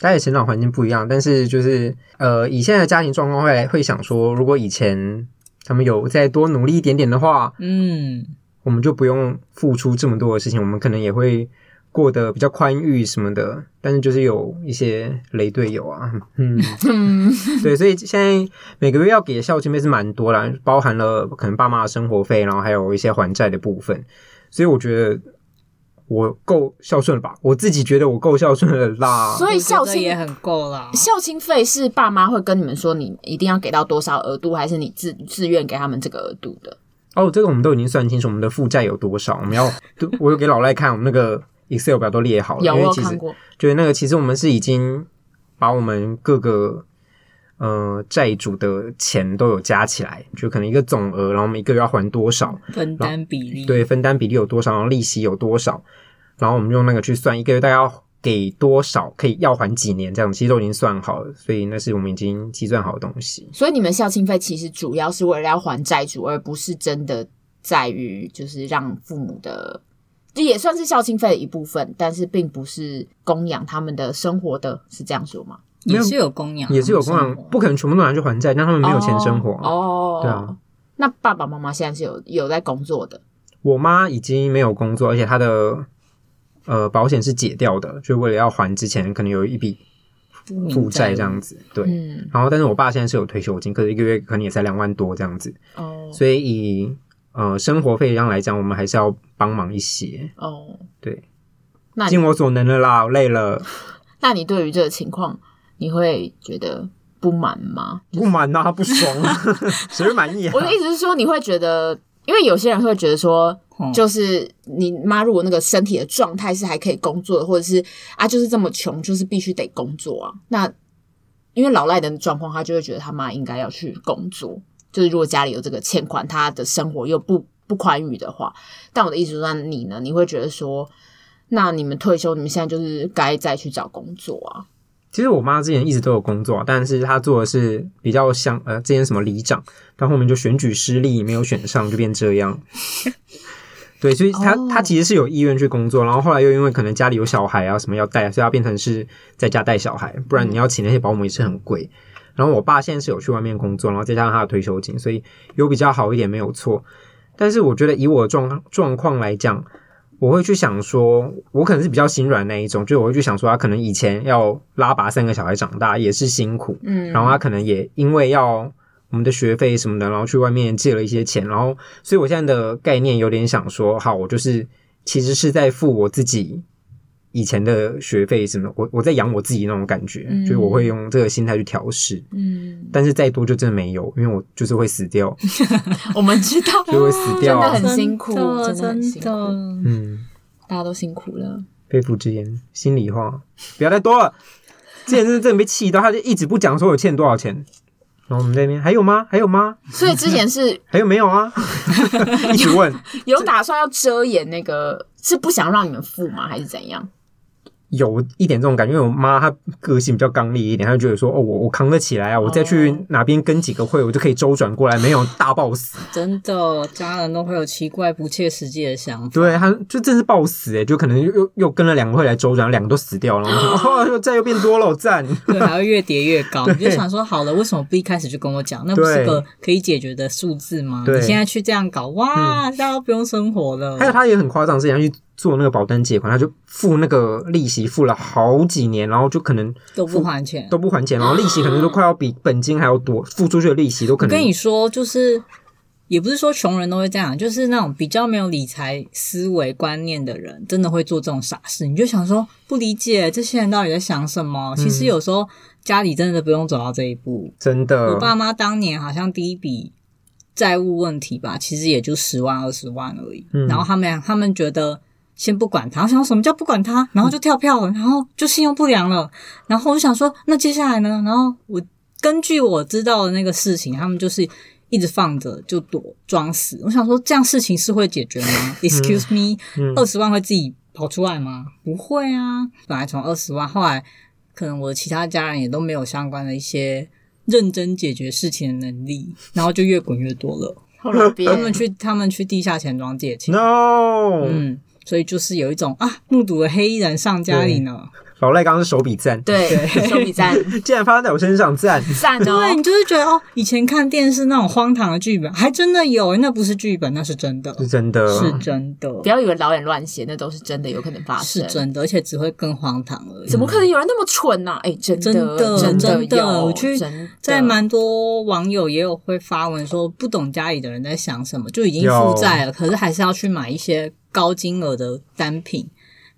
S3: 大家的成长环境不一样，但是就是呃，以现在的家庭状况会会想说，如果以前他们有再多努力一点点的话，
S1: 嗯，
S3: 我们就不用付出这么多的事情，我们可能也会过得比较宽裕什么的。但是就是有一些雷队友啊，嗯，
S2: 嗯， <laughs>
S3: 对，所以现在每个月要给的孝亲费是蛮多啦，包含了可能爸妈的生活费，然后还有一些还债的部分。所以我觉得我够孝顺了吧？我自己觉得我够孝顺了啦。
S2: 所以
S1: 我觉
S2: 孝
S1: 得
S2: 亲
S1: 也很够啦。
S2: 孝亲费是爸妈会跟你们说你一定要给到多少额度，还是你自自愿给他们这个额度的？
S3: 哦，这个我们都已经算清楚，我们的负债有多少？
S2: <laughs>
S3: 我们要，对我有给老赖看，我们那个 Excel 表都列好了，
S2: 有
S3: 哦
S2: 我
S3: 因为
S2: 有
S3: 其
S2: 看
S3: 实
S2: 过，
S3: 就是那个，其实我们是已经把我们各个呃债主的钱都有加起来，就可能一个总额，然后我们一个月要还多少，
S1: 分担比例，
S3: 对，分担比例有多少，然后利息有多少，然后我们用那个去算一个月大概要给多少，可以要还几年这样，其实都已经算好了，所以那是我们已经计算好的东西。
S2: 所以你们校庆费其实主要是为了要还债主，而不是真的在于就是让父母的，这也算是校庆费的一部分，但是并不是供养他们的生活的，是这样说吗？
S1: 也是有供
S2: 嗯
S1: 养，
S3: 也是有供养，不可能全部都拿去还债，但他们没有钱生活。
S2: 哦，
S3: 对啊。
S2: 那爸爸妈妈现在是有有在工作的，
S3: 我妈已经没有工作，而且她的呃保险是解掉的，就为了要还之前可能有一笔负债这样子。对，
S2: 嗯，
S3: 然后但是我爸现在是有退休金，可是一个月可能也才两万多这样子，
S2: 哦
S3: 所以以呃生活费上来讲，我们还是要帮忙一些。
S2: 哦，
S3: 对，
S2: 那你
S3: 尽我所能了啦，我累
S2: <laughs>
S3: 了，
S2: 那你对于这个情况，你会觉得不满吗？ <laughs>
S3: 不满啊，不爽啊，谁会满意啊
S2: 我？的意思是说，你会觉得，因为有些人会觉得说，
S1: 嗯
S2: 就是你妈如果那个身体的状态是还可以工作的，或者是啊就是这么穷，就是必须得工作啊。那因为老赖的状况，他就会觉得他妈应该要去工作，就是如果家里有这个欠款，他的生活又不不宽裕的话。但我的意思是说，那你呢？你会觉得说，那你们退休，你们现在就是该再去找工作啊？
S3: 其实我妈之前一直都有工作，但是她做的是比较像呃，之前什么里长，到后面就选举失利，没有选上，就变这
S2: <laughs>
S3: 样。对，所以她
S2: 哦
S3: 她其实是有意愿去工作，然后后来又因为可能家里有小孩啊什么要带，所以她变成是在家带小孩，不然你要请那些保姆也是很贵。然后我爸现在是有去外面工作，然后再加上他的退休金，所以有比较好一点没有错。但是我觉得以我的状状况来讲，我会去想说，我可能是比较心软那一种，就我会去想说，他可能以前要拉拔三个小孩长大也是辛苦，
S2: 嗯，
S3: 然后啊他可能也因为要我们的学费什么的，然后去外面借了一些钱，然后所以我现在的概念有点想说，好，我就是其实是在付我自己以前的学费什么的，我我在养我自己那种感觉，
S2: 嗯
S3: 就是我会用这个心态去调试，
S2: 嗯，
S3: 但是再多就真的没有，因为我就是会死掉，
S2: <laughs> 我们知道，啊
S3: 就会死掉，啊
S2: 真的很辛苦
S1: 真
S2: 真的很辛苦
S1: 的
S3: 嗯。
S2: 大家都辛苦了。
S3: 肺腑之言，心里话，不要再多了。之前是真的被气到，他就一直不讲说我欠多少钱。然后我们在那边还有吗？还有吗？
S2: 所以之前是 <laughs>
S3: 还有没有啊？ <laughs> 一直问。
S2: 有打算要遮掩那个，是不想让你们付吗？还是怎样？
S3: 有一点这种感觉，因为我妈她个性比较刚烈一点，她就觉得说，哦，我我扛得起来啊，我再去哪边跟几个会，我就可以周转过来，没有大暴死。
S1: 真的，家人都会有奇怪不切实际的想法。
S3: 对，她就真是暴死诶、欸就可能又又又跟了两个会来周转，两个都死掉了，然后我就哦，又债又变多了，我赞。 <laughs>
S1: 对，还会越叠越高。
S3: 对
S1: 你就想说，好了，为什么不一开始就跟我讲？那不是
S3: 对
S1: 个可以解决的数字吗？
S3: 对嗯
S1: 你现在去这样搞，哇，大家都不用生活了。
S3: 还有他也很夸张，之前他去做那个保单借款，他就付那个利息付了好几年，然后就可能
S1: 都不还钱。
S3: 都不还钱，然后利息可能都快要比本金还要多，付出去的利息都可
S1: 我
S3: 能
S1: 跟你说，就是也不是说穷人都会这样，就是那种比较没有理财思维观念的人，真的会做这种傻事。你就想说，不理解这些人到底在想什么。其
S3: 嗯
S1: 实有时候家里真的不用走到这一步。
S3: 真
S1: 我
S3: 的
S1: 爸妈当年好像第一笔债务问题吧，其实也就十万二十万而已。
S3: 嗯
S1: 然后他们他们觉得先不管他，我想说什么叫不管他，然后就跳票了，然后就信用不良了。然后我就想说，那接下来呢？然后我根据我知道的那个事情，他们就是。一直放着就躲装死，我想说这样事情是会解决吗？Excuse me，
S3: 嗯
S1: 二十万会自己跑出来吗？不会啊，本来从二十万，后来可能我的其他家人也都没有相关的一些认真解决事情的能力，然后就越滚越多了。
S2: <laughs> 后来别
S1: 他们去他们去地下钱庄借钱，
S3: no，、
S1: 嗯，所以就是有一种啊，目睹了黑衣人上家里呢，
S3: 老赖刚刚是手比赞，，
S2: 对手比 <laughs> 赞
S3: 竟然发生在我身上赞，
S2: 赞
S1: 对
S2: 哦
S1: 你，就是觉得哦，以前看电视那种荒唐的剧本，还真的有，欸那不是剧本，那是真的，
S3: 是真的，
S1: 是真的，
S2: 不要以为导演乱写，那都是真的，有可能发
S1: 是
S2: 生。
S1: 真的，而且只会更荒唐而已。
S2: 怎么可能有人那么蠢呢、啊？哎、真的
S1: 真的
S2: 真
S1: 真的
S2: 有
S1: 我去
S2: 真的
S1: 在蛮多网友也有会发文说，不懂家里的人在想什么，就已经
S3: 有
S1: 负债了，可是还是要去买一些高金额的单品，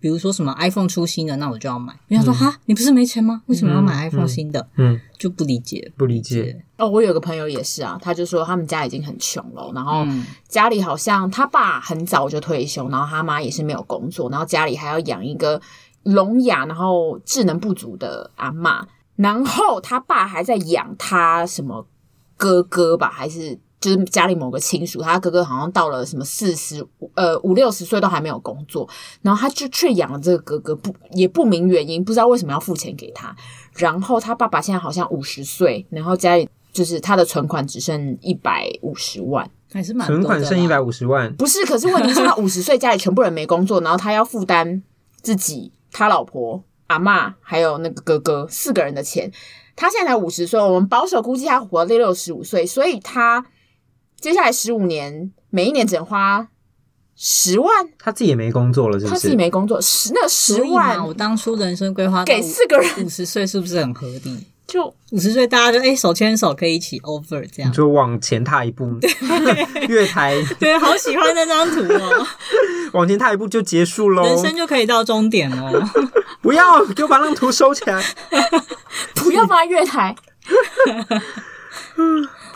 S1: 比如说什么 iPhone 出新的，那我就要买。人家说哈，你不是没钱吗？为什么要买
S3: 嗯
S1: iPhone
S3: 嗯
S1: 新的？
S3: 嗯，
S1: 就不理解。
S3: 不理解，
S2: 哦，我有个朋友也是啊，他就说他们家已经很穷了，然后
S1: 嗯
S2: 家里好像他爸很早就退休，然后他妈也是没有工作，然后家里还要养一个聋哑然后智能不足的阿嬷。然后他爸还在养他什么哥哥吧，还是就是家里某个亲属，他哥哥好像到了什么四十呃五六十岁都还没有工作，然后他就却养了这个哥哥，不也不明原因，不知道为什么要付钱给他。然后他爸爸现在好像五十岁，然后家里就是他的存款只剩一百五十万。
S1: 还是蛮多
S3: 存
S1: 的啦
S3: 款剩一百五十万，
S2: 不是，可是问题是，
S1: <laughs>
S2: 他五十岁，家里全部人没工作，然后他要负担自己、他老婆、阿嬷还有那个哥哥四个人的钱。他现在才五十岁，我们保守估计他活到六十五岁，所以他接下来十五年，每一年只能花十万。
S3: 他自己也没工作了，是不
S2: 他自己
S3: 是？
S2: 没工作，十那十
S1: 所以嘛
S2: 万
S1: 我当初人生规划
S2: 给四个人
S1: 五十岁是不是很合理？
S2: 就
S1: 五十岁大家就哎、手牵手可以一起 over 这
S3: 你
S1: 样，
S3: 就往前踏一步， <laughs> 月台
S1: 对，好喜欢那张图
S3: <laughs>
S1: 哦，
S3: 往前踏一步就结束喽。
S1: 人生就可以到终点哦。
S3: 不要给我把那张图收起来。
S2: 不要放在月台。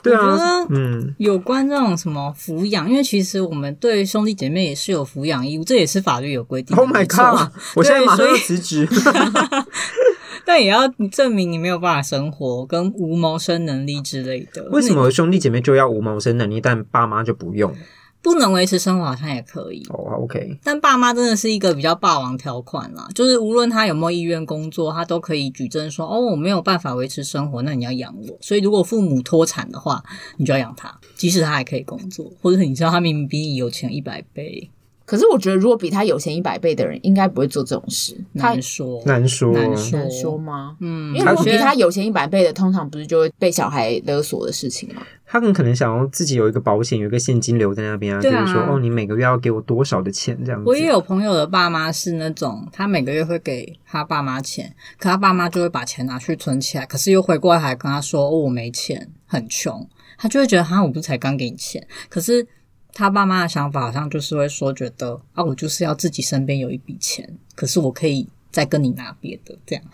S3: 对
S1: 我觉得
S3: 啊，嗯，
S1: 有关这种什么抚养，因为其实我们对兄弟姐妹也是有抚养义务，这也是法律有规定的。
S3: Oh my
S1: <laughs> 没错
S3: god！我现在马上要
S1: 所以
S3: 辞职。 <laughs>
S1: 但也要证明你没有办法生活跟无谋生能力之类的。
S3: 为什么兄弟姐妹就要无谋生能力，但爸妈就不用？
S1: 不能维持生活好像也可以？
S3: 哦，OK，
S1: 但爸妈真的是一个比较霸王条款啦，就是无论他有没有意愿工作，他都可以举证说：“哦，我没有办法维持生活，那你要养我。”所以如果父母脱产的话，你就要养他，即使他还可以工作，或者你知道他明明比你有钱一百倍，
S2: 可是我觉得，如果比他有钱一百倍的人，应该不会做这种事。他
S1: 难说。
S3: 难说。
S1: 难说
S2: 难说吗？
S1: 嗯，
S2: 因为如
S1: 我
S2: 果
S1: 觉
S2: 比
S1: 得
S2: 他有钱一百倍的，通常不是就会被小孩勒索的事情吗？
S3: 他很可能想要自己有一个保险，有一个现金流在那边啊，就
S1: 对啊
S3: 是说，哦，你每个月要给我多少的钱这样子。
S1: 我也有朋友的爸妈是那种，他每个月会给他爸妈钱，可他爸妈就会把钱拿去存起来，可是又回过来跟他说：“哦，我没钱，很穷。”他就会觉得：“哈，我不是才刚给你钱。”可是他爸妈的想法好像就是会说，觉得啊，我就是要自己身边有一笔钱，可是我可以再跟你拿别的这样。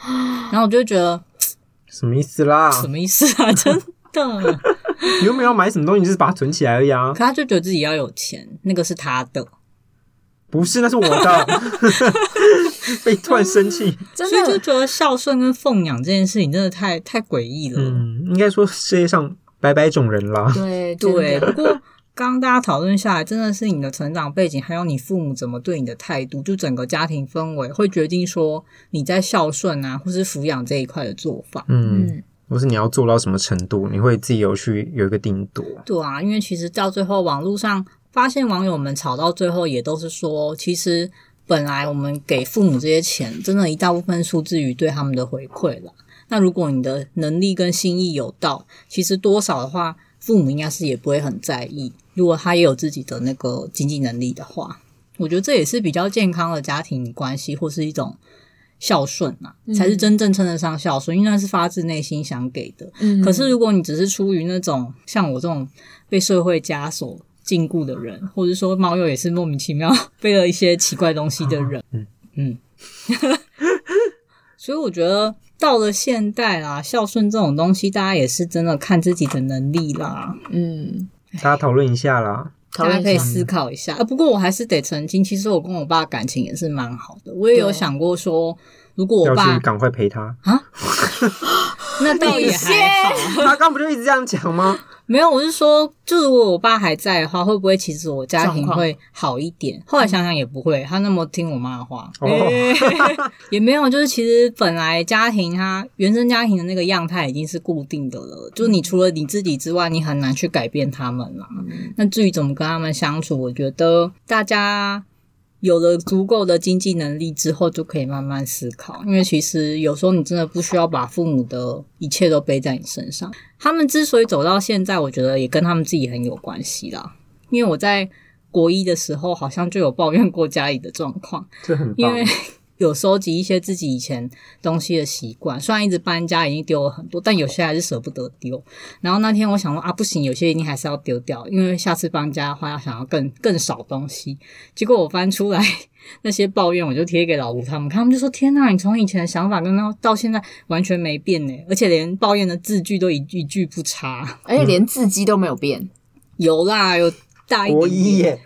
S1: 然后我就会觉得
S3: 什么意思
S1: <laughs>
S3: 啦？
S1: 什么意思啊？真的？
S3: 你又没有买什么东西，你就是把它存起来而已啊
S1: 可。他就觉得自己要有钱，那个是他的，
S3: 不是，那是我的。 <laughs> 被突然生气。
S2: 真
S1: 所以就觉得孝顺跟奉养这件事情真的太太诡异了。
S3: 嗯，应该说世界上百百种人啦。
S2: 对
S1: 对，
S2: 真的
S1: 不过刚刚大家讨论下来，真的是你的成长背景，还有你父母怎么对你的态度，就整个家庭氛围会决定说你在孝顺啊，或是抚养这一块的做法。
S3: 嗯，
S2: 嗯，
S3: 或是你要做到什么程度，你会自己有去有一个定夺。
S1: 对啊，因为其实到最后，网络上发现网友们吵到最后，也都是说，其实本来我们给父母这些钱，真的一大部分出自于对他们的回馈啦。那如果你的能力跟心意有到，其实多少的话，父母应该是也不会很在意。如果他也有自己的那个经济能力的话，我觉得这也是比较健康的家庭关系，或是一种孝顺啊，才是真正称得上孝顺，因为那是发自内心想给的。
S2: 嗯
S1: 可是如果你只是出于那种像我这种被社会枷锁禁锢的人，或者说猫友也是莫名其妙 <laughs> 背了一些奇怪东西的人，
S3: 嗯
S1: 嗯， <laughs> 所以我觉得到了现代啦，孝顺这种东西，大家也是真的看自己的能力啦，
S2: 嗯，
S1: 哎
S3: 大家讨论一下啦。
S2: 讨
S1: 大家
S2: 论
S1: 可
S2: 一
S1: 以
S2: 下
S1: 思考一下。啊、不过我还是得澄清，其实我跟我爸感情也是蛮好的，我也有
S2: 对
S1: 想过说，如果我
S3: 要
S1: 爸
S3: 去赶快陪他。
S1: 那倒也
S2: 你
S1: 还好。
S3: 他刚不就一直这样讲吗？
S1: 没有，我是说，就如果我爸还在的话，会不会其实我家庭
S2: 状况
S1: 会好一点？后来想想也不会，他那么听我妈的话，
S3: 哦
S1: 欸 <laughs> 也没有，就是其实本来家庭他原生家庭的那个样态已经是固定的了，就你除了你自己之外，你很难去改变他们啦。那至于怎么跟他们相处，我觉得大家有了足够的经济能力之后，就可以慢慢思考。因为其实有时候你真的不需要把父母的一切都背在你身上。他们之所以走到现在，我觉得也跟他们自己很有关系啦。因为我在国一的时候，好像就有抱怨过家里的状况，
S3: 这很
S1: 因
S3: 棒。
S1: 为 <laughs> 有收集一些自己以前东西的习惯，虽然一直搬家已经丢了很多，但有些还是舍不得丢。然后那天我想说啊，不行，有些一定还是要丢掉，因为下次搬家的话要想要更更少东西。结果我翻出来那些抱怨，我就贴给老吴他们看，他们就说：“天呐，你从以前的想法跟到到现在完全没变呢，而且连抱怨的字句都一一句不差。
S2: 而且连字迹都没有变，”
S1: 有啦，有大一
S3: 国
S1: 点
S3: 一
S1: 点。
S3: 耶，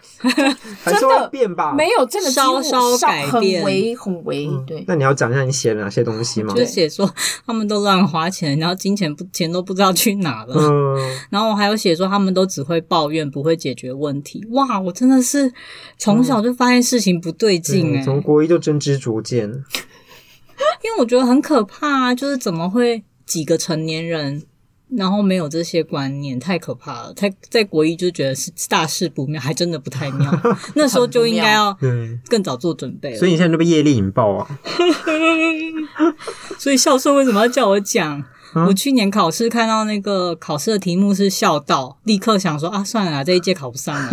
S3: 还是会变吧？嗯
S2: 没有真的几乎
S1: 稍稍
S2: 少
S1: 改
S2: 很
S1: 变嗯
S2: 微很微，对，
S3: 那你要讲一下你写了哪些东西吗
S1: 就？是写说他们都乱花钱，然后金钱不钱都不知道去哪了。
S3: 嗯，
S1: 然后我还有写说他们都只会抱怨，不会解决问题。哇，我真的是从小就发现事情不对劲哎、
S3: 对从国一就真知灼见，
S1: 因为我觉得很可怕啊，就是怎么会几个成年人，然后没有这些观念，太可怕了。太在国一就觉得是大事不妙，还真的不太
S3: <laughs>
S1: 妙。那时候就应该要
S3: 对，
S1: 更早做准备了。
S3: 所以你现在就被业力引爆啊！
S1: 所以孝顺为什么要叫我讲？
S3: 嗯
S1: 我去年考试看到那个考试的题目是孝道，立刻想说啊，算了啦，这一届考不上
S3: <laughs>
S1: 了。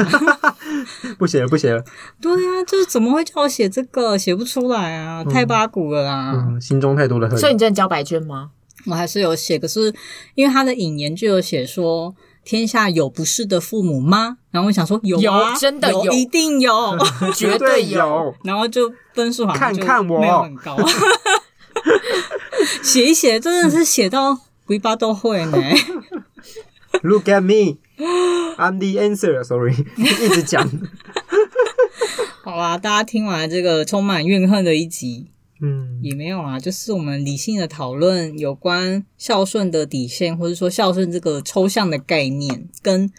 S3: 不写了，不写了，
S1: 对啊，就是怎么会叫我写这个，写不出来啊，太八股了啦。
S3: 嗯，心中太多的恨。
S2: 所以你真的交白卷吗？
S1: 我还是有写，可是因为他的引言就有写说。天下有不是的父母吗？然后我想说有啊，
S2: 有真的有
S1: 一定
S3: <laughs>
S1: 有。
S2: 绝
S3: 对
S2: 有。
S1: 然后就分数好像就
S3: 看看我
S1: 没有很
S3: <laughs>
S1: 高，写一写真的是写到尾巴都会呢。
S3: Look at me, <laughs> I'm the answer. Sorry，一 <laughs> 直讲。
S1: 好啦，大家听完这个充满怨恨的一集，
S3: 嗯，
S1: 也没有啊，就是我们理性的讨论有关孝顺的底线，或者说孝顺这个抽象的概念跟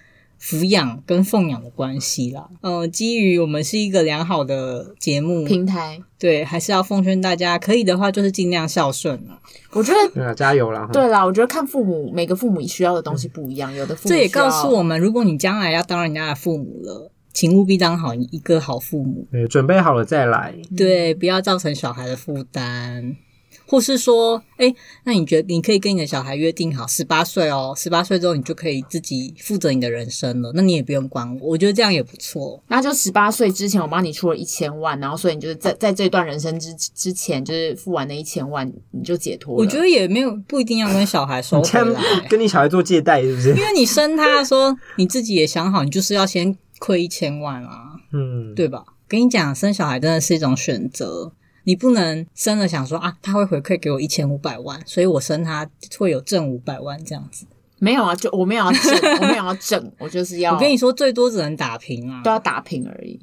S1: 抚养跟奉养的关系啦。呃，基于我们是一个良好的节目，
S2: 平台，
S1: 对，还是要奉劝大家，可以的话就是尽量孝顺啦。
S2: 我觉得
S3: 对啊，加油啦！哈，
S2: 对啦，我觉得看父母每个父母需要的东西不一样，有的父母
S1: 这也
S2: 需要
S1: 告诉我们，如果你将来要当人家的父母了，请务必当好一个好父母。
S3: 对，准备好了再来。
S1: 对，不要造成小孩的负担，或是说，哎，那你觉得你可以跟你的小孩约定好，十八岁哦，十八岁之后你就可以自己负责你的人生了，那你也不用管我，我觉得这样也不错。
S2: 然后就十八岁之前，我帮你出了一千万，然后所以你就是在在这段人生之之前，就是付完那一千万，你就解脱了。
S1: 我觉得也没有不一定要跟小孩收
S3: 你
S1: 回
S3: 现
S1: 来，
S3: 在跟你小孩做借贷是不是
S1: 因？为你生他的时候，你自己也想好，你就是要先亏一千万啊，
S3: 嗯，
S1: 对吧？跟你讲，生小孩真的是一种选择。你不能生了想说啊，他会回馈给我一千五百万，所以我生他会有挣五百万这样子。
S2: 没有啊，就我没有要
S1: <laughs>
S2: 整，我没有要整，我就是要
S1: 我跟你说，最多只能打平啊。
S2: 都要打平而已。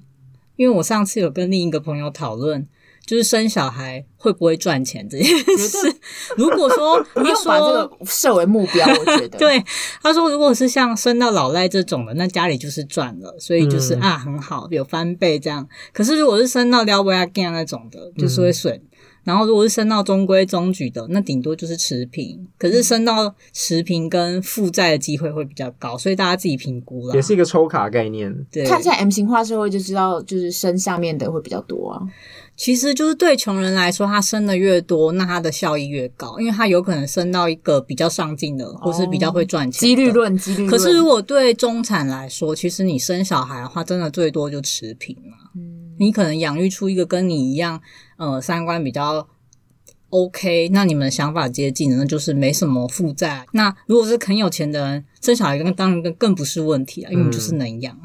S1: 因为我上次有跟另一个朋友讨论，就是生小孩会不会赚钱这件事。如果说
S2: 不
S1: 他
S2: 用把这
S1: 说
S2: 个设为目标，我觉得。
S1: <laughs> 对，他说如果是像生到老赖这种的，那家里就是赚了，所以就是、
S3: 嗯
S1: 啊很好，有翻倍这样。可是如果是生到撩维亚干那种的，就是
S2: 嗯
S1: 会损。然后，如果是升到中规中矩的，那顶多就是持平。可
S2: 嗯
S1: 是升到持平跟负债的机会会比较高，所以大家自己评估啦。
S3: 也是一个抽卡概念。
S1: 对，
S2: 看一下 M 型化社会就知道，就是生下面的会比较多啊。
S1: 其实就是对穷人来说，他生的越多，那他的效益越高，因为他有可能生到一个比较上进的，或是比较会赚钱、
S2: 哦几率。论，几率论。
S1: 可是如果对中产来说，其实你生小孩的话，真的最多就持平嘛。
S2: 嗯
S1: 你可能养育出一个跟你一样，呃，三观比较 OK，那你们想法接近的，那就是没什么负债。那如果是很有钱的人，生小孩更当然更更不是问题啊，因为你
S3: 嗯
S1: 就是能养。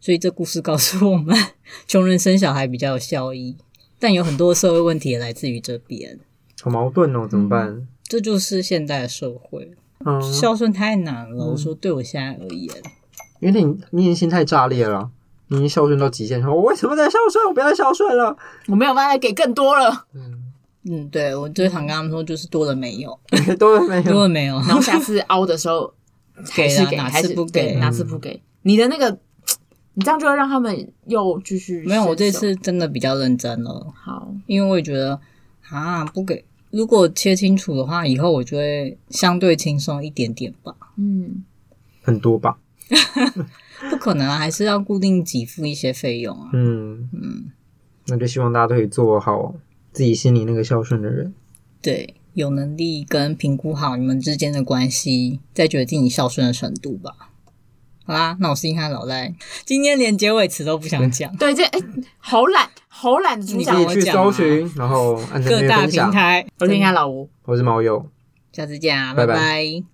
S1: 所以这故事告诉我们， <laughs> 穷人生小孩比较有效益，但有很多社会问题也来自于这边。
S3: 好矛盾哦，怎么办？
S1: 这就是现代的社会，
S3: 嗯，
S1: 孝顺太难了。
S3: 嗯
S1: 我说，对我现在而言，
S3: 因为你你已经心态炸裂了，你已经孝顺到极限，说我为什么在孝顺？我不要再孝顺了。 <laughs>
S2: 我没有办法给更多
S1: <laughs>
S2: 了，
S3: 嗯，
S1: 嗯，对我最常跟他们说，就是多了没有，
S3: 都没
S1: 多
S3: 有
S1: 了没有。
S2: 然后下次凹的时候还是
S1: 给
S2: 给，
S1: 啦哪
S2: 还
S1: 次
S2: 是
S1: 不给
S2: 对哪次不给？你的那个，你这样就会让他们又继续
S1: <laughs> 没有，我这
S2: 伸手
S1: 次真的比较认真了。
S2: 好，
S1: 因为我也觉得啊，不给如果切清楚的话，以后我就会相对轻松一点点吧。
S2: 嗯，
S3: 很多吧？
S1: 不可能啊，还是要固定给付一些费用啊。
S3: 嗯，
S1: 嗯，
S3: 那就希望大家都可以做好自己心里那个孝顺的人。
S1: 对，有能力跟评估好你们之间的关系，再决定你孝顺的程度吧。好啦，那我是硬汉老赖，今天连结尾词都不想
S3: <laughs>
S1: 讲。
S2: 对，这哎，好懒，好懒的主
S1: 你
S3: 可
S2: 讲
S1: 给
S3: 以
S1: 我，
S3: 去
S1: 讲啊
S3: 搜寻，然后按赞、
S1: 各
S3: 订阅、
S1: 大
S3: 分
S1: 平
S3: 享。
S1: 台，
S2: 我是应该老吴。
S3: 我是毛友。
S1: 下次见啊，
S3: 拜拜
S1: 拜拜